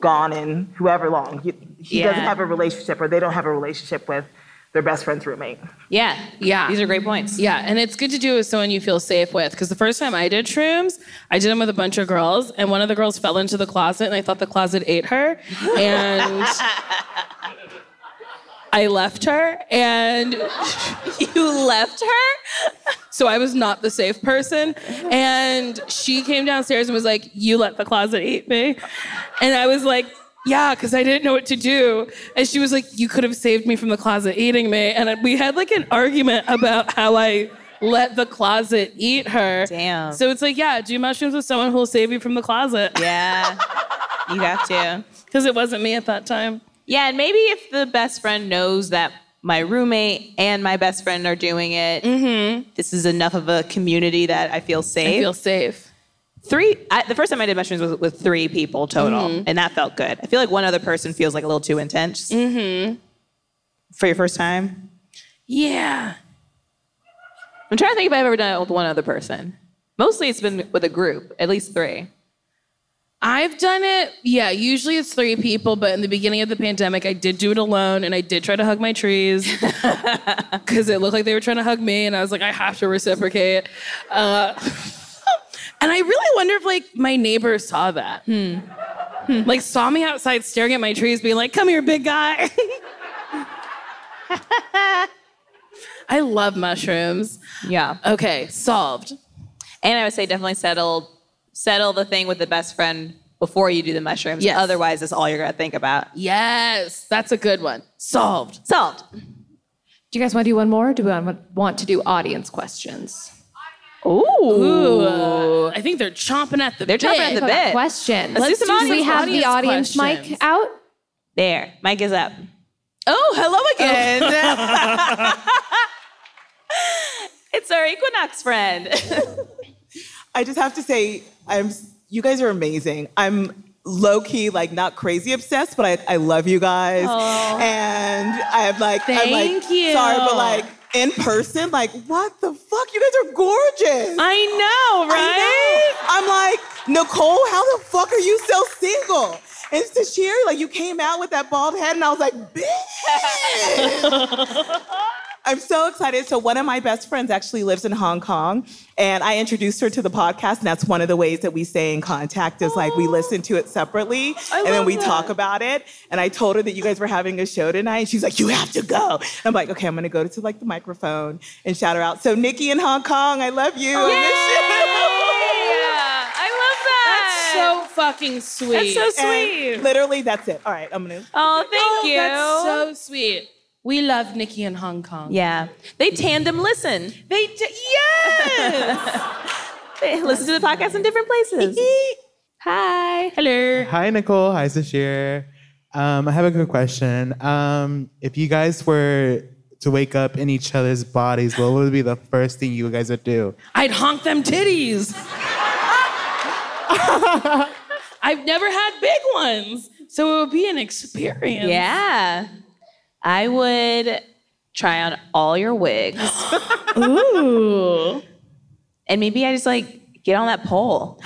[SPEAKER 10] gone in whoever long. You, he doesn't
[SPEAKER 1] Yeah.
[SPEAKER 10] have a relationship, or they don't have a relationship with their best friend's roommate.
[SPEAKER 1] yeah.
[SPEAKER 3] Yeah.
[SPEAKER 1] These are great points.
[SPEAKER 3] Yeah, and it's good to do with someone you feel safe with. Because the first time I did shrooms, I did them with a bunch of girls, and one of the girls fell into the closet, and I thought the closet ate her, and I left her, and
[SPEAKER 1] You left her?
[SPEAKER 3] so I was not the safe person. And she came downstairs and was like, "You let the closet eat me," and I was like. Yeah, because I didn't know what to do. And she was like, You could have saved me from the closet eating me. And we had like an argument about how I let the closet eat her.
[SPEAKER 1] Damn.
[SPEAKER 3] So it's like, yeah, do mushrooms with someone who will save you from the closet.
[SPEAKER 1] Yeah. You have to.
[SPEAKER 3] Because it wasn't me at that time.
[SPEAKER 1] Yeah, and maybe if the best friend knows that my roommate and my best friend are doing it, this is enough of a community that I feel safe.
[SPEAKER 3] Mm-hmm. I feel safe.
[SPEAKER 1] three. I, the first time I did mushrooms was with three people total, and that felt good. I feel like one other person feels like a little too intense Mm-hmm. for your first time.
[SPEAKER 3] Yeah.
[SPEAKER 1] I'm trying to think if I've ever done it with one other person. Mostly, it's been with a group, at least three.
[SPEAKER 3] I've done it. Yeah, usually it's three people, but in the beginning of the pandemic, I did do it alone and I did try to hug my trees because it looked like they were trying to hug me, and I was like, I have to reciprocate. Uh, and I really wonder if like my neighbor saw that. Like saw me outside staring at my trees, being like, "Come here, big guy." I love mushrooms.
[SPEAKER 1] Yeah,
[SPEAKER 3] Okay, solved.
[SPEAKER 1] and I would say definitely settle settle the thing with the best friend before you do the mushrooms.
[SPEAKER 3] Yes.
[SPEAKER 1] Otherwise, that's all you're gonna think about.
[SPEAKER 3] Yes, that's a good one. Solved.
[SPEAKER 1] Solved.
[SPEAKER 6] Do you guys want to do one more? Or do we want- want to do audience questions?
[SPEAKER 3] Ooh. I think they're chomping at the
[SPEAKER 1] They're chomping at the
[SPEAKER 6] Talk about
[SPEAKER 1] bit.
[SPEAKER 6] Questions.
[SPEAKER 1] Let's do some
[SPEAKER 6] we
[SPEAKER 1] audience-
[SPEAKER 6] have the
[SPEAKER 3] audience
[SPEAKER 6] audience
[SPEAKER 3] questions.
[SPEAKER 6] mic out.
[SPEAKER 1] There, mic is up. Oh, hello again. it's our Equinox friend.
[SPEAKER 10] I just have to say, I'm. You guys are amazing. I'm low key, like not crazy obsessed, but I, I love you guys. And I'm like, I'm like,
[SPEAKER 3] Thank you.
[SPEAKER 10] sorry, but like in person, like what the fuck? You guys are gorgeous.
[SPEAKER 3] I know, right?
[SPEAKER 10] I'm like, Nicole, how the fuck are you so single? And Tashir, like you came out with that bald head, and I was like, bitch. I'm so excited. So one of my best friends actually lives in Hong Kong, and I introduced her to the podcast, and that's one of the ways that we stay in contact is like we listen to it separately, and then we talk about it. And I told her that you guys were having a show tonight, and she's like, you have to go. I'm like, okay, I'm gonna go to like the microphone and shout her out. So Nikki in Hong Kong, I love you. I miss you.
[SPEAKER 1] yeah, I love that.
[SPEAKER 3] So fucking sweet.
[SPEAKER 1] That's so
[SPEAKER 10] And
[SPEAKER 1] sweet.
[SPEAKER 10] Literally, that's it. All right, I'm gonna.
[SPEAKER 1] Oh, thank you.
[SPEAKER 3] That's so sweet. We love Nikki in Hong Kong.
[SPEAKER 1] yeah, they tandem listen. They t- yes. they listen to the podcast in different places. Hi.
[SPEAKER 3] Hello.
[SPEAKER 7] Hi, Nicole. Hi, Sashir. Um, I have a good question. Um, if you guys were to wake up in each other's bodies, what would be the first thing you guys would do?
[SPEAKER 3] I'd honk them titties. I've never had big ones, so it would be an experience.
[SPEAKER 1] Yeah. I would try on all your wigs. Ooh. And maybe I just like get on that pole.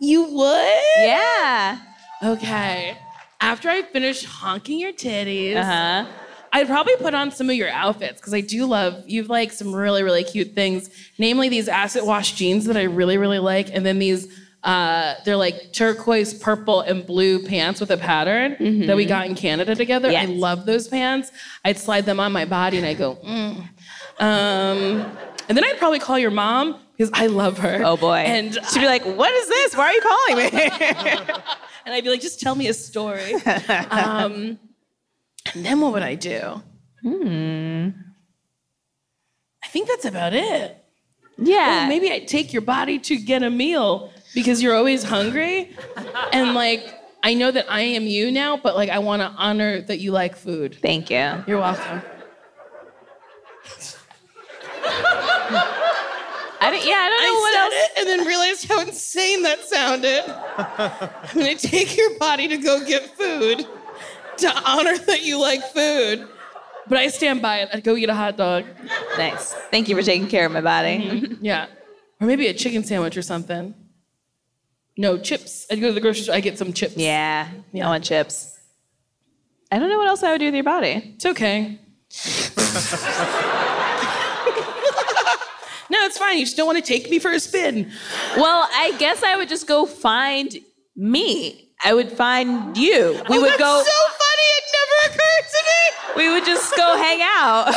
[SPEAKER 3] You would?
[SPEAKER 1] Yeah.
[SPEAKER 3] Okay. after I finish honking your titties,
[SPEAKER 1] Uh-huh.
[SPEAKER 3] I'd probably put on some of your outfits because I do love you've like some really really cute things, namely these acid wash jeans that I really really like, and then these uh, they're like turquoise, purple, and blue pants with a pattern that we got in Canada together. I
[SPEAKER 1] Mm-hmm. Yes.
[SPEAKER 3] love those pants. I'd slide them on my body and I go, mm. um, and then I'd probably call your mom because I love her.
[SPEAKER 1] Oh boy.
[SPEAKER 3] And
[SPEAKER 1] she'd be like, "What is this? Why are you calling me?"
[SPEAKER 3] and I'd be like, just tell me a story. um, and then what would I do? Hmm. I think that's about it.
[SPEAKER 1] yeah.
[SPEAKER 3] Oh, maybe I'd take your body to get a meal because you're always hungry. and like, I know that I am you now, but like, I want to honor that you like food.
[SPEAKER 1] Thank you.
[SPEAKER 3] You're welcome.
[SPEAKER 1] I don't, yeah, I don't know what
[SPEAKER 3] said
[SPEAKER 1] else.
[SPEAKER 3] it and then realized how insane that sounded. I'm gonna take your body to go get food to honor that you like food. But I stand by it. I'd go eat a hot dog.
[SPEAKER 1] Nice. Thank you for taking care of my body.
[SPEAKER 3] Yeah. Or maybe a chicken sandwich or something. No, chips. I'd go to the grocery store, I get some chips.
[SPEAKER 1] Yeah. I want chips. I don't know what else I would do with your body.
[SPEAKER 3] It's okay. no, it's fine. You just don't want to take me for a spin.
[SPEAKER 1] Well, I guess I would just go find me. I would find you. We would go.
[SPEAKER 3] Oh, So funny, it never occurred to me.
[SPEAKER 1] we would just go hang out.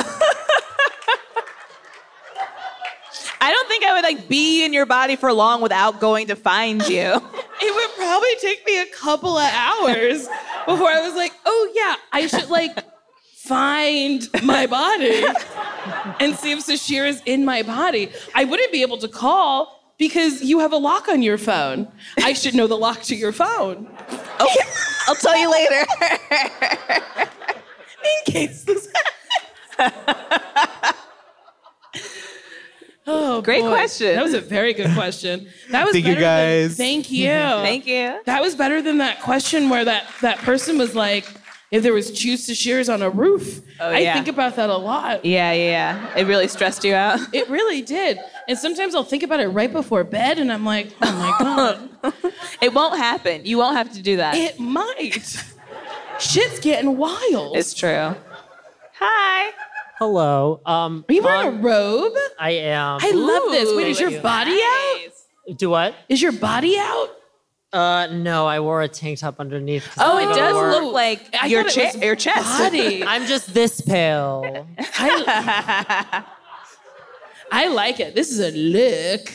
[SPEAKER 1] I don't think I would like be in your body for long without going to find you.
[SPEAKER 3] it would probably take me a couple of hours before I was like, oh yeah, I should like find my body and see if Sashir is in my body. I wouldn't be able to call because you have a lock on your phone. I should know the lock to your phone.
[SPEAKER 1] Okay, I'll tell you later.
[SPEAKER 3] In case this Oh,
[SPEAKER 1] Great
[SPEAKER 3] boy.
[SPEAKER 1] question.
[SPEAKER 3] That was a very good question. That was
[SPEAKER 7] Thank you,
[SPEAKER 3] better than-
[SPEAKER 7] guys.
[SPEAKER 3] thank you.
[SPEAKER 1] Thank you.
[SPEAKER 3] That was better than that question where that, that person was like, if there was juice to shears on a roof.
[SPEAKER 1] Oh,
[SPEAKER 3] I
[SPEAKER 1] yeah.
[SPEAKER 3] think about that a lot.
[SPEAKER 1] Yeah, yeah, yeah. It really stressed you out.
[SPEAKER 3] It really did. And sometimes I'll think about it right before bed and I'm like, oh my God,
[SPEAKER 1] It won't happen. You won't have to do that.
[SPEAKER 3] it might. Shit's getting wild.
[SPEAKER 1] It's true. Hi.
[SPEAKER 10] Hello. Um,
[SPEAKER 3] Are you wearing a robe?
[SPEAKER 10] I am.
[SPEAKER 3] I love this. Wait, is your
[SPEAKER 10] Ooh,
[SPEAKER 3] body out?
[SPEAKER 10] Do what?
[SPEAKER 3] Is your body out?
[SPEAKER 10] Uh, no, I wore a tank top underneath. 'cause
[SPEAKER 1] Oh,
[SPEAKER 10] I
[SPEAKER 1] it
[SPEAKER 10] don't
[SPEAKER 1] does
[SPEAKER 10] wear-
[SPEAKER 1] look like
[SPEAKER 3] I
[SPEAKER 1] your,
[SPEAKER 3] thought it
[SPEAKER 1] che-
[SPEAKER 3] was
[SPEAKER 1] your chest.
[SPEAKER 3] Body.
[SPEAKER 10] I'm just this pale.
[SPEAKER 3] I, I like it. This is a look.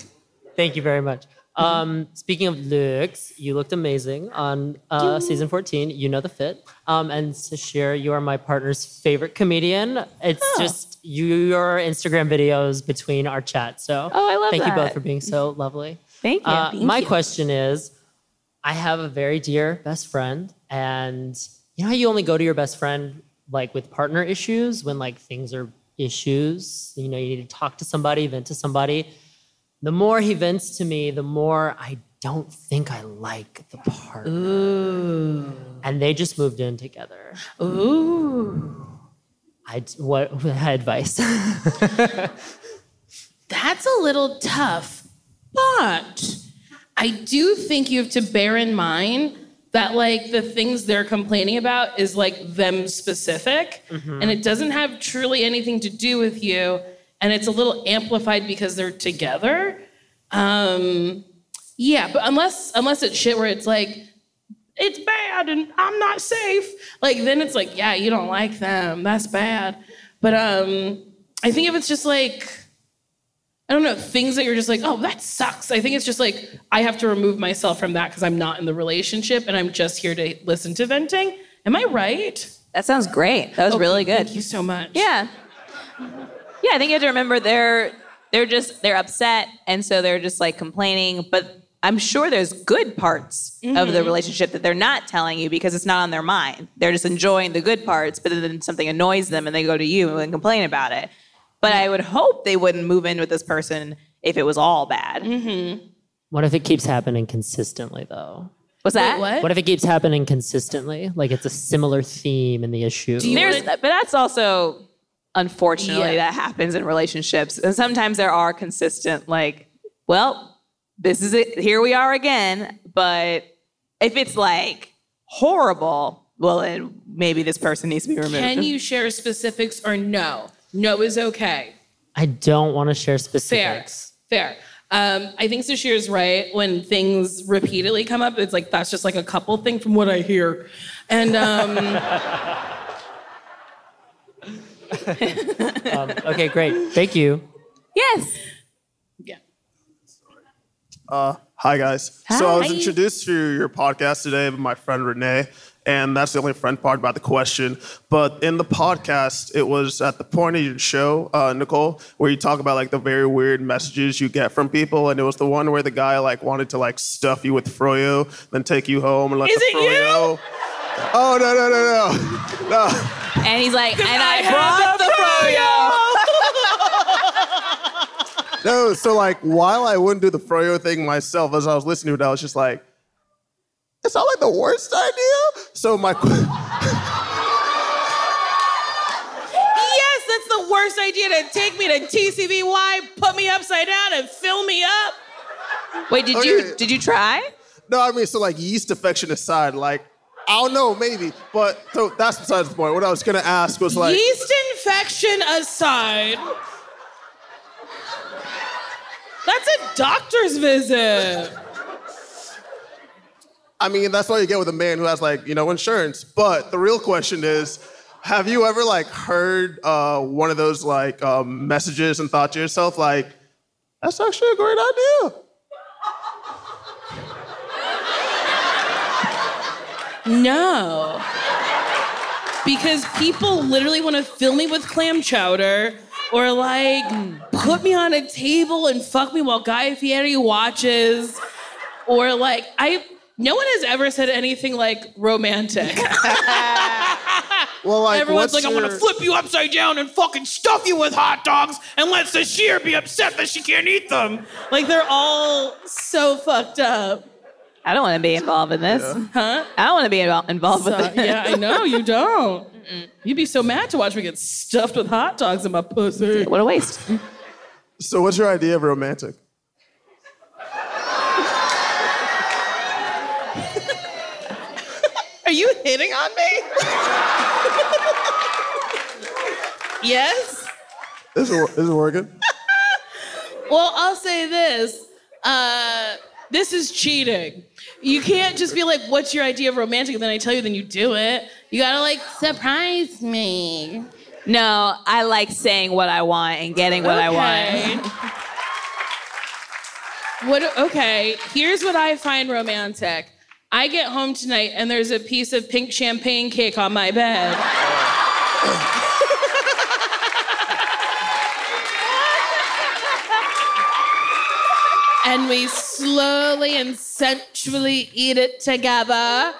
[SPEAKER 10] Thank you very much. Um, speaking of looks, you looked amazing on uh, season 14. You know the fit. Um, and Sashir, you are my partner's favorite comedian. It's just your Instagram videos between our chat. So
[SPEAKER 1] Oh, I love
[SPEAKER 10] thank you both
[SPEAKER 1] that.
[SPEAKER 10] for being so lovely.
[SPEAKER 1] Thank you.
[SPEAKER 10] Uh, my question is I have a very dear best friend, and you know how you only go to your best friend like with partner issues when like things are issues? You know, you need to talk to somebody, vent to somebody. The more he vents to me, the more I don't think I like the partner. And they just moved in together. Ooh. I what advice?
[SPEAKER 3] That's a little tough, but I do think you have to bear in mind that like the things they're complaining about is like them specific and it doesn't have truly anything to do with you and it's a little amplified because they're together um yeah but unless unless it's shit where it's like it's bad and I'm not safe. Like then it's like, yeah, you don't like them. That's bad. But um I think if it's just like I don't know, things that you're just like, oh, that sucks. I think it's just like I have to remove myself from that because I'm not in the relationship and I'm just here to listen to venting. Am I right?
[SPEAKER 1] that sounds great. That was really good.
[SPEAKER 3] Thank you so much.
[SPEAKER 1] Yeah. Yeah, I think you have to remember they're they're just they're upset and so they're just like complaining, but I'm sure there's good parts of the relationship that they're not telling you because it's not on their mind. They're just enjoying the good parts, but then something annoys them and they go to you and complain about it. But I would hope they wouldn't move in with this person if it was all bad.
[SPEAKER 10] what if it keeps happening consistently though?
[SPEAKER 1] What's that?
[SPEAKER 3] what?
[SPEAKER 10] What if it keeps happening consistently? Like it's a similar theme in the issue.
[SPEAKER 1] There's, but that's also unfortunately
[SPEAKER 3] Yeah.
[SPEAKER 1] that happens in relationships, and sometimes there are consistent like, well, this is it. Here we are again. But if it's like horrible, well, then maybe this person needs to be removed.
[SPEAKER 3] Can you share specifics or no? No is okay.
[SPEAKER 7] I don't want to share
[SPEAKER 3] Fair.
[SPEAKER 7] specifics.
[SPEAKER 3] Fair. Um, I think Sashir's right. When things repeatedly come up, it's like that's just like a couple thing from what I hear. And um,
[SPEAKER 7] Um, okay, great. Thank you.
[SPEAKER 6] Yes.
[SPEAKER 10] Uh, hi, guys. So I was
[SPEAKER 6] Hi.
[SPEAKER 10] introduced to your podcast today by my friend Renee, and that's the only friend part about the question. But in the podcast, it was at the point of your show, uh, Nicole, where you talk about like the very weird messages you get from people, and it was the one where the guy like wanted to like stuff you with froyo, then take you home and let
[SPEAKER 1] Is
[SPEAKER 10] the
[SPEAKER 1] it you?
[SPEAKER 10] froyo. Oh no no no no no.
[SPEAKER 1] And he's like, and I,
[SPEAKER 10] I
[SPEAKER 1] brought
[SPEAKER 10] have
[SPEAKER 1] the
[SPEAKER 10] the
[SPEAKER 1] froyo.
[SPEAKER 10] No, so like while I wouldn't do the froyo thing myself, as I was listening to it, I was just like, it's not like the worst idea. So my
[SPEAKER 3] yes, that's the worst idea to take me to TCBY, put me upside down, and fill me up.
[SPEAKER 1] Wait, did you did you try?
[SPEAKER 10] No, I mean so like yeast infection aside, like I don't know, maybe, but so that's besides the point. What I was gonna ask was like,
[SPEAKER 3] Yeast infection aside, that's a doctor's visit.
[SPEAKER 10] I mean that's what you get with a man who has like you know insurance. But the real question is, have you ever like heard uh, one of those like um, messages and thought to yourself like, that's actually a great idea.
[SPEAKER 3] No. Because people literally want to fill me with clam chowder or like put me on a table and fuck me while Guy Fieri watches. Or like, I, no one has ever said anything like romantic.
[SPEAKER 10] Well, like
[SPEAKER 11] Everyone's
[SPEAKER 10] what's
[SPEAKER 11] like, I'm gonna
[SPEAKER 10] your-
[SPEAKER 11] flip you upside down and fucking stuff you with hot dogs and let Sashir be upset that she can't eat them.
[SPEAKER 3] like, they're all so fucked up.
[SPEAKER 1] I don't want to be involved in this.
[SPEAKER 3] Huh?
[SPEAKER 1] I don't want to be invol- involved
[SPEAKER 3] So,
[SPEAKER 1] with this.
[SPEAKER 3] yeah, I know you don't. You'd be so mad to watch me get stuffed with hot dogs in my pussy.
[SPEAKER 1] What a waste.
[SPEAKER 10] So what's your idea of romantic?
[SPEAKER 3] Are you hitting on me? yes?
[SPEAKER 10] This is, this is working.
[SPEAKER 3] Well, I'll say this. Uh, this is cheating. You can't just be like, what's your idea of romantic? And then I tell you, then you do it. You gotta like surprise me.
[SPEAKER 1] No, I like saying what I want and getting what I want.
[SPEAKER 3] Okay. What okay, here's what I find romantic. I get home tonight and there's a piece of pink champagne cake on my bed. and we slowly and sensually eat it together.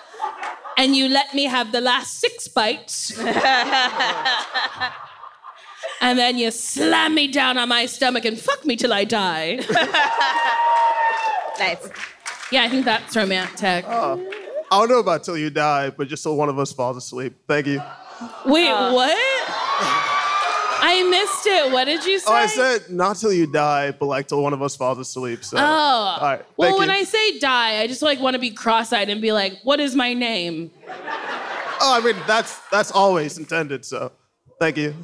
[SPEAKER 3] And you let me have the last six bites. and then you slam me down on my stomach and fuck me till I die.
[SPEAKER 1] Nice. Oh.
[SPEAKER 3] Yeah, I think that's romantic.
[SPEAKER 10] Uh, I don't know about till you die, but just till one of us falls asleep. Thank you.
[SPEAKER 3] Wait, what? I missed it. What did you say?
[SPEAKER 10] Oh, I said not till you die, but like till one of us falls asleep. So.
[SPEAKER 3] Oh.
[SPEAKER 10] All right.
[SPEAKER 3] well,
[SPEAKER 10] thank
[SPEAKER 3] when
[SPEAKER 10] you.
[SPEAKER 3] I say die, I just like want to be cross-eyed and be like, "What is my name?"
[SPEAKER 10] Oh, I mean that's that's always intended. So, thank you.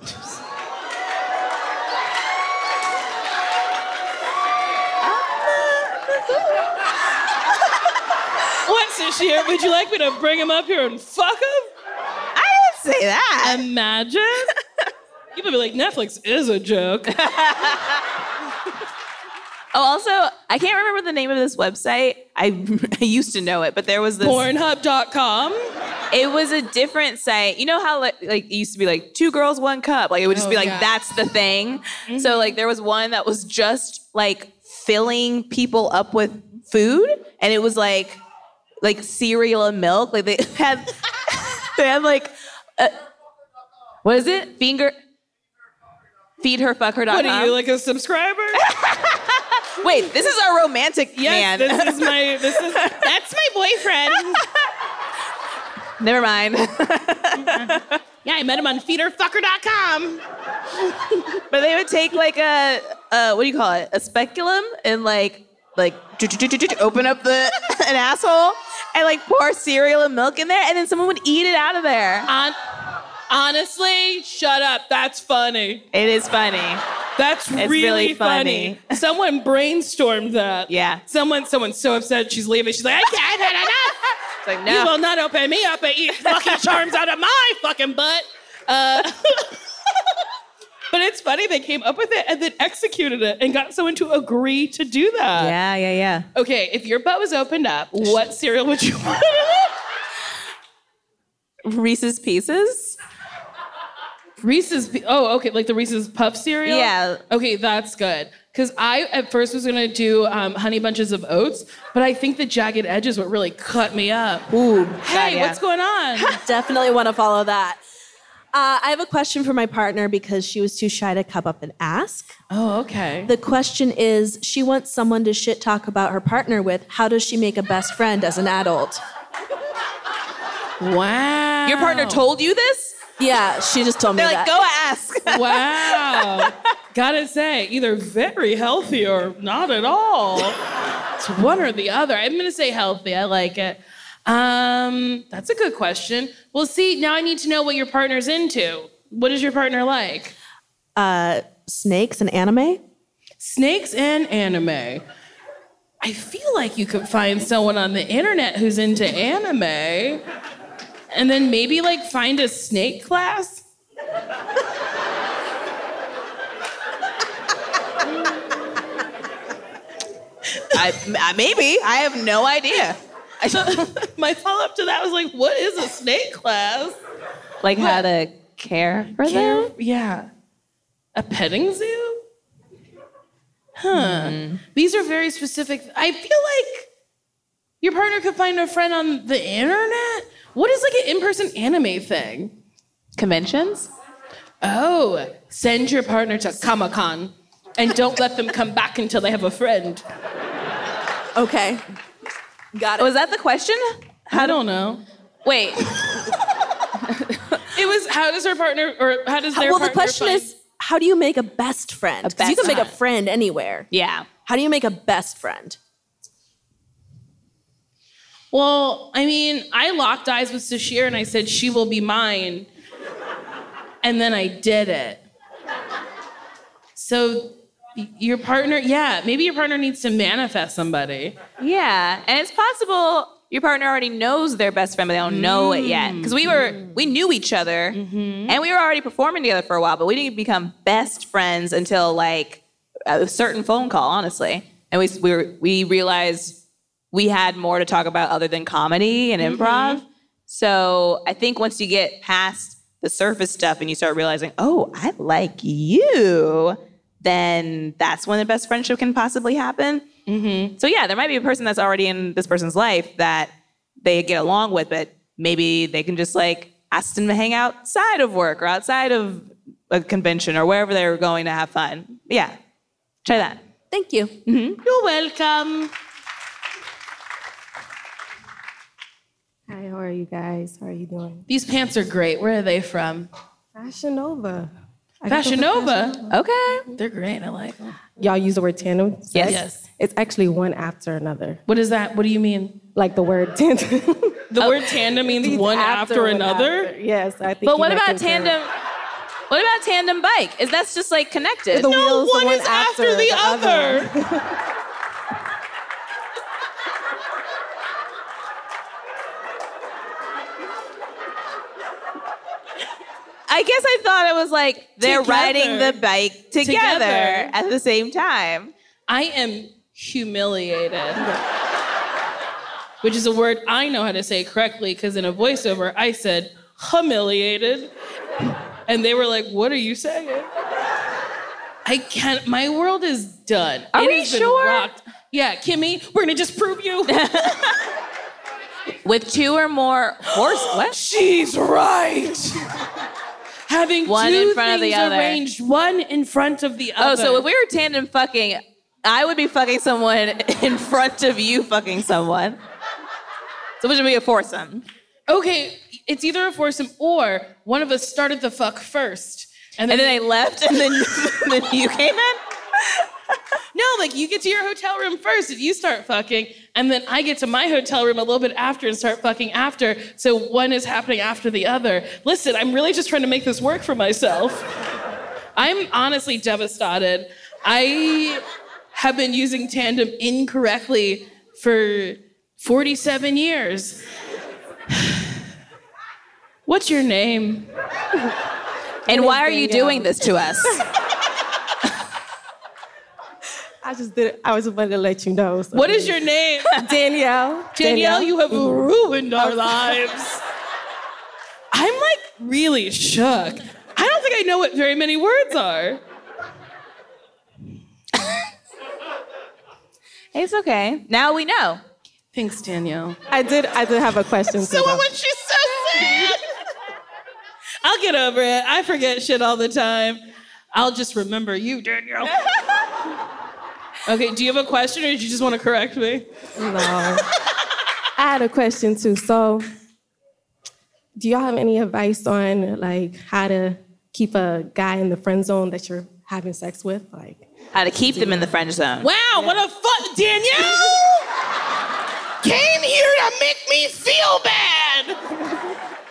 [SPEAKER 3] What's this year? Would you like me to bring him up here and fuck him?
[SPEAKER 1] I didn't say
[SPEAKER 3] Um,
[SPEAKER 1] that.
[SPEAKER 3] Imagine. You would be like, Netflix is a joke.
[SPEAKER 1] Oh, also, I can't remember the name of this website. I, I used to know it, but there was this.
[SPEAKER 3] Pornhub.com.
[SPEAKER 1] It was a different site. You know how like, like it used to be like two girls, one cup. Like it would just
[SPEAKER 3] Oh,
[SPEAKER 1] be like
[SPEAKER 3] yeah.
[SPEAKER 1] that's the thing. So like there was one that was just like filling people up with food, and it was like like cereal and milk. Like they had they had like a, what is it? Finger. Feed her, fuck her.
[SPEAKER 3] What are you like a subscriber?
[SPEAKER 1] Wait, this is our romantic man.
[SPEAKER 3] Yes, this is my. This is that's my boyfriend.
[SPEAKER 1] Never mind.
[SPEAKER 3] Yeah, I met him on feederfucker.com.
[SPEAKER 1] But they would take like a, a what do you call it? A speculum and like like do, do, do, do, do, do, open up the an asshole and like pour cereal and milk in there, and then someone would eat it out of there.
[SPEAKER 3] Honestly, shut up. That's funny.
[SPEAKER 1] It is funny.
[SPEAKER 3] That's
[SPEAKER 1] It's
[SPEAKER 3] really,
[SPEAKER 1] really
[SPEAKER 3] funny.
[SPEAKER 1] funny.
[SPEAKER 3] Someone brainstormed that.
[SPEAKER 1] Yeah.
[SPEAKER 3] Someone, someone's so upset she's leaving. She's like, I can't have enough.
[SPEAKER 1] It's like no.
[SPEAKER 3] You will not open me up and eat Lucky Charms out of my fucking butt. Uh, but it's funny they came up with it and then executed it and got someone to agree to do that.
[SPEAKER 1] yeah, yeah, yeah.
[SPEAKER 3] Okay, if your butt was opened up, what cereal would you want?
[SPEAKER 1] Reese's Pieces.
[SPEAKER 3] Reese's. P- Oh, okay, like the Reese's Puff cereal.
[SPEAKER 1] Yeah.
[SPEAKER 3] Okay, that's good. Because I at first was gonna do um, Honey Bunches of Oats, but I think the jagged edges what really cut me up.
[SPEAKER 1] Ooh.
[SPEAKER 3] Hey, what's going on?
[SPEAKER 12] Definitely want to follow that. Uh, I have a question for my partner because she was too shy to come up and ask.
[SPEAKER 3] Oh, okay.
[SPEAKER 12] The question is she wants someone to shit talk about her partner with. How does she make a best friend as an adult?
[SPEAKER 3] Wow.
[SPEAKER 1] Your partner told you this?
[SPEAKER 12] Oh. Yeah, she just told
[SPEAKER 1] They're
[SPEAKER 12] me
[SPEAKER 1] like,
[SPEAKER 12] that.
[SPEAKER 1] go ask.
[SPEAKER 3] Wow. Gotta say, either very healthy or not at all. It's one or the other. I'm gonna say healthy. I like it. Um, that's a good question. Well, see, now I need to know what your partner's into. What is your partner like?
[SPEAKER 12] Uh, snakes and anime?
[SPEAKER 3] Snakes and anime. I feel like you could find someone on the internet who's into anime and then maybe like find a snake class.
[SPEAKER 1] I, I- maybe. I have no idea.
[SPEAKER 3] My follow up to that was like, what is a snake class?
[SPEAKER 8] Like how to care for them?
[SPEAKER 3] Yeah. A petting zoo? Huh.
[SPEAKER 12] Hmm.
[SPEAKER 3] These are very specific. I feel like your partner could find a friend on the internet. What is like an in person anime thing?
[SPEAKER 8] Conventions?
[SPEAKER 3] Oh, send your partner to Comic Con and don't let them come back until they have a friend.
[SPEAKER 12] Okay. Got
[SPEAKER 1] Was that the question?
[SPEAKER 3] I don't know.
[SPEAKER 1] Wait.
[SPEAKER 3] It was how does her partner or how does their
[SPEAKER 12] well, the
[SPEAKER 3] partner
[SPEAKER 12] question
[SPEAKER 3] find-
[SPEAKER 12] is how do you make a best friend? Because you can
[SPEAKER 1] best
[SPEAKER 12] make a
[SPEAKER 1] friend.
[SPEAKER 12] friend anywhere.
[SPEAKER 1] Yeah.
[SPEAKER 12] How do you make a best friend?
[SPEAKER 3] Well, I mean, I locked eyes with Sashir and I said, she will be mine. And then I did it. So y- your partner, yeah, maybe your partner needs to manifest somebody.
[SPEAKER 8] Yeah, and it's possible your partner already knows their best friend, but they don't know it yet.
[SPEAKER 1] Because we were, we knew each other and we were already performing together for a while, but we didn't become best friends until like a certain phone call, honestly. And we, we, were, we realized we had more to talk about other than comedy and improv. So I think once you get past the surface stuff and you start realizing, oh, I like you, then that's when the best friendship can possibly happen. So yeah, there might be a person that's already in this person's life that they get along with, but maybe they can just like ask them to hang outside of work or outside of a convention or wherever they're going to have fun. Yeah, try that.
[SPEAKER 12] Thank you.
[SPEAKER 3] You're welcome.
[SPEAKER 13] Hi, how are you guys? How are you doing?
[SPEAKER 3] These pants are great. Where are they from?
[SPEAKER 13] Fashion Nova. I got
[SPEAKER 3] Fashion
[SPEAKER 13] them from
[SPEAKER 3] Nova.
[SPEAKER 8] Okay.
[SPEAKER 3] They're great. I like them.
[SPEAKER 13] Y'all use the word tandem? sex?
[SPEAKER 3] Yes.
[SPEAKER 13] It's actually one after another.
[SPEAKER 3] What is that? What do you mean?
[SPEAKER 13] Like the word tandem.
[SPEAKER 3] The word tandem Oh. means one after,
[SPEAKER 13] one
[SPEAKER 3] another.
[SPEAKER 13] after. Yes, I think.
[SPEAKER 1] But
[SPEAKER 13] you
[SPEAKER 1] what
[SPEAKER 13] might
[SPEAKER 1] about
[SPEAKER 13] concur.
[SPEAKER 1] tandem? What about tandem bike? Is that's just like connected?
[SPEAKER 13] The
[SPEAKER 3] No
[SPEAKER 13] wheels, the
[SPEAKER 3] one
[SPEAKER 13] one
[SPEAKER 3] is after,
[SPEAKER 13] after
[SPEAKER 3] the,
[SPEAKER 13] the
[SPEAKER 3] other.
[SPEAKER 13] other.
[SPEAKER 1] I guess I thought it was like they're
[SPEAKER 3] Together.
[SPEAKER 1] riding the bike together,
[SPEAKER 3] Together.
[SPEAKER 1] at the same time.
[SPEAKER 3] I am humiliated. Which is a word I know how to say correctly because in a voiceover I said humiliated. And they were like, What are you saying? I can't, my world is done.
[SPEAKER 1] Are
[SPEAKER 3] It
[SPEAKER 1] we
[SPEAKER 3] has been
[SPEAKER 1] sure?
[SPEAKER 3] rocked. Yeah, Kimmy, we're gonna disprove you.
[SPEAKER 1] With two or more horse what?
[SPEAKER 3] She's right. Having
[SPEAKER 1] One
[SPEAKER 3] two
[SPEAKER 1] in front of the
[SPEAKER 3] things
[SPEAKER 1] other.
[SPEAKER 3] arranged, one in front of the
[SPEAKER 1] Oh,
[SPEAKER 3] other.
[SPEAKER 1] so if we were tandem fucking, I would be fucking someone in front of you fucking someone. So which would be a foursome.
[SPEAKER 3] okay, it's either a foursome or one of us started the fuck first.
[SPEAKER 1] And then they left, and then, and then you came in.
[SPEAKER 3] No, like you get to your hotel room first and you start fucking, and then I get to my hotel room a little bit after and start fucking after. So one is happening after the other. Listen, I'm really just trying to make this work for myself. I'm honestly devastated. I have been using tandem incorrectly for 47 years. What's your name?
[SPEAKER 1] And why are you doing this to us?
[SPEAKER 10] I just did. I was about to let you know. so-
[SPEAKER 3] What is your name?
[SPEAKER 10] Danielle.
[SPEAKER 3] Danielle, you have
[SPEAKER 10] Mhm.
[SPEAKER 3] ruined our lives. I'm like really shook. I don't think I know what very many words are.
[SPEAKER 14] It's okay. Now we know.
[SPEAKER 3] Thanks, Danielle.
[SPEAKER 10] I did. I did have a question.
[SPEAKER 3] So
[SPEAKER 10] Siobhan.
[SPEAKER 3] what was she so sad? I'll get over it. I forget shit all the time. I'll just remember you, Danielle. Okay, do you have a question or did you just want to correct me?
[SPEAKER 10] No. I had a question too. So, do y'all have any advice on like how to keep a guy in the friend zone that you're having sex with? Like,
[SPEAKER 1] How to keep them in the friend zone.
[SPEAKER 3] Wow, what a fuck, Danielle!
[SPEAKER 15] Came here to make me feel bad.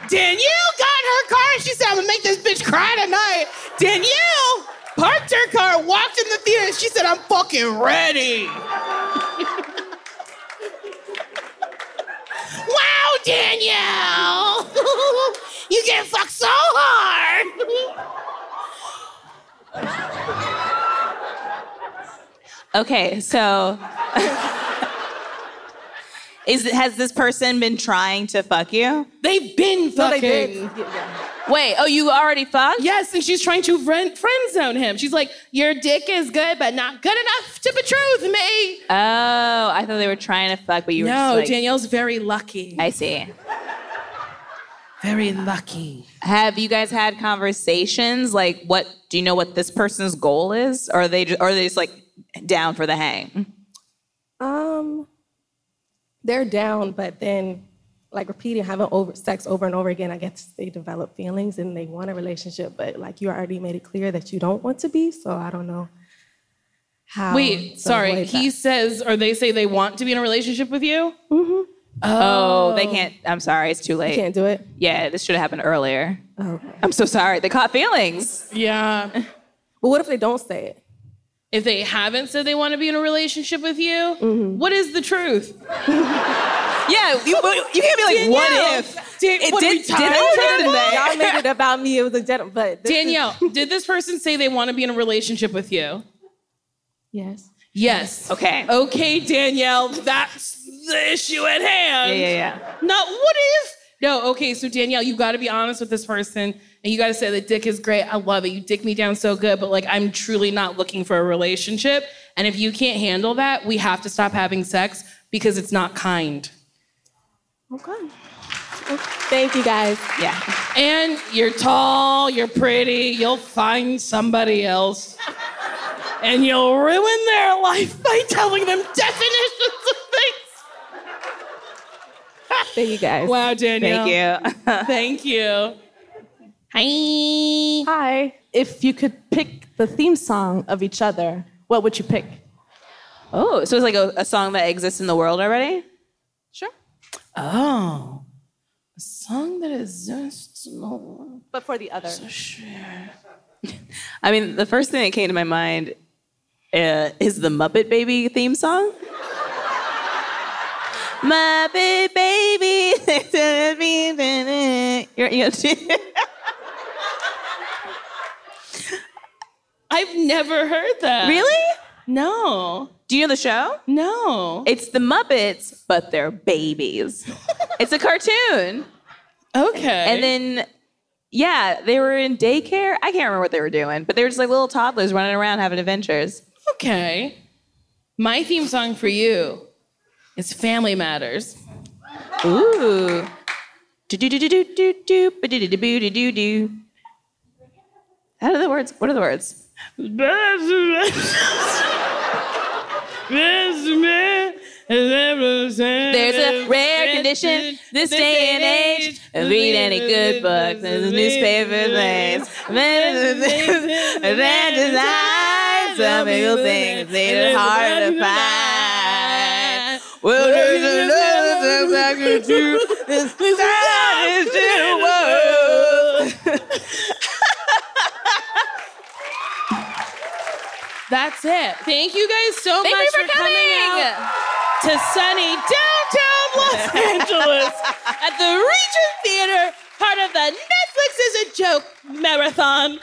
[SPEAKER 3] Danielle got in her car and she said, I'm gonna make this bitch cry tonight. Danielle parked her car, walked in the theater, and she said, I'm fucking ready.
[SPEAKER 15] Wow, Danielle! you get fucked so hard!
[SPEAKER 1] Okay, so is has this person been trying to fuck you?
[SPEAKER 3] They've been
[SPEAKER 1] No, they
[SPEAKER 3] fucking.
[SPEAKER 1] didn't. Wait, oh, you already fucked?
[SPEAKER 3] Yes, and she's trying to friend, friend zone him. She's like, Your dick is good, but not good enough to betroth me.
[SPEAKER 1] Oh, I thought they were trying to fuck, but you were
[SPEAKER 3] no,
[SPEAKER 1] just like,
[SPEAKER 3] Danielle's very lucky.
[SPEAKER 1] I see.
[SPEAKER 3] Very lucky.
[SPEAKER 1] Have you guys had conversations? Like, what do you know? What this person's goal is? Or are they just, are they just like down for the hang?
[SPEAKER 10] um, they're down, but then like repeating having over sex over and over again, I guess they develop feelings and they want a relationship, but like you already made it clear that you don't want to be. So I don't know how.
[SPEAKER 3] Wait,
[SPEAKER 1] Um,
[SPEAKER 10] to
[SPEAKER 3] sorry.
[SPEAKER 10] avoid
[SPEAKER 3] He
[SPEAKER 10] that.
[SPEAKER 3] says, or they say they want to be in a relationship with you? Mm-hmm.
[SPEAKER 1] Oh,
[SPEAKER 3] Oh.
[SPEAKER 1] they can't. I'm sorry, it's too late.
[SPEAKER 10] can't do it. Oh,
[SPEAKER 1] Yeah, this should have happened earlier.
[SPEAKER 10] Okay.
[SPEAKER 1] I'm so sorry. They caught feelings.
[SPEAKER 3] Yeah.
[SPEAKER 10] But what if they don't say it?
[SPEAKER 3] If they haven't said they want to be in a relationship with you,
[SPEAKER 1] Mm-hmm.
[SPEAKER 3] what is the truth?
[SPEAKER 1] yeah, you, you can't be like, what if? It did- did I say that?
[SPEAKER 10] Y'all made it about me. It was a gentleman. But this is-
[SPEAKER 3] Danielle, did this person say they want to be in a relationship with you?
[SPEAKER 10] yes.
[SPEAKER 3] Yes.
[SPEAKER 1] Okay.
[SPEAKER 3] Okay, Danielle, that's the issue at hand.
[SPEAKER 1] Yeah, yeah, yeah.
[SPEAKER 3] No, what if? No, okay, so Danielle, you gotta be honest with this person and you gotta say that dick is great. I love it. You dick me down so good, but like I'm truly not looking for a relationship. And if you can't handle that, we have to stop having sex because it's not kind.
[SPEAKER 10] Okay. Thank you guys.
[SPEAKER 1] Yeah.
[SPEAKER 3] And you're tall, you're pretty, you'll find somebody else. And you'll ruin their life by telling them definitions of things.
[SPEAKER 10] Thank you guys.
[SPEAKER 3] Wow, Danielle.
[SPEAKER 1] Thank
[SPEAKER 16] Um,
[SPEAKER 3] you. Thank you. Hi.
[SPEAKER 16] Hi. If you could pick the theme song of each other, what would you pick?
[SPEAKER 1] Oh, so it's like a, a song that exists in the world already?
[SPEAKER 3] Oh. A song that exists in the world.
[SPEAKER 16] But for the other.
[SPEAKER 1] I mean, the first thing that came to my mind uh, is the Muppet Baby theme song. Muppet Baby. You're- you're-
[SPEAKER 3] I've never heard that.
[SPEAKER 1] really?
[SPEAKER 3] No.
[SPEAKER 1] Do you know the show?
[SPEAKER 3] No.
[SPEAKER 1] It's the Muppets, but they're babies. it's a cartoon.
[SPEAKER 3] Okay.
[SPEAKER 1] And then, yeah, they were in daycare. I can't remember what they were doing, but they were just like little toddlers running around having adventures.
[SPEAKER 3] Okay. My theme song for you is Family Matters.
[SPEAKER 1] Ooh. Do do do do do do do ba do do do do do. How do the words? What are the words?
[SPEAKER 15] There's
[SPEAKER 1] There's a rare condition this day and age. Read any good book, there's a newspaper place. Imagine designs. That's a people thing. It's hard to find. Well, there's a love that's I can do. This time is in the world.
[SPEAKER 3] That's it. Thank you guys so
[SPEAKER 1] Thank
[SPEAKER 3] much
[SPEAKER 1] you for
[SPEAKER 3] coming,
[SPEAKER 1] coming.
[SPEAKER 3] out to sunny downtown Los Angeles at the Regent Theater, part of the Netflix is a joke marathon.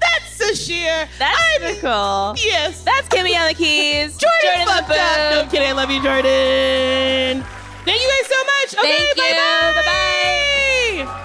[SPEAKER 3] That's Sashir.
[SPEAKER 1] That's Nicole.
[SPEAKER 3] Yes.
[SPEAKER 1] That's Kimmy on the keys.
[SPEAKER 3] Jordan,
[SPEAKER 1] Jordan
[SPEAKER 3] fucked
[SPEAKER 1] the
[SPEAKER 3] up. No,
[SPEAKER 1] boom.
[SPEAKER 3] I'm kidding. I love you, Jordan. Thank you guys so much. Okay,
[SPEAKER 1] Thank you.
[SPEAKER 3] bye-bye. bye.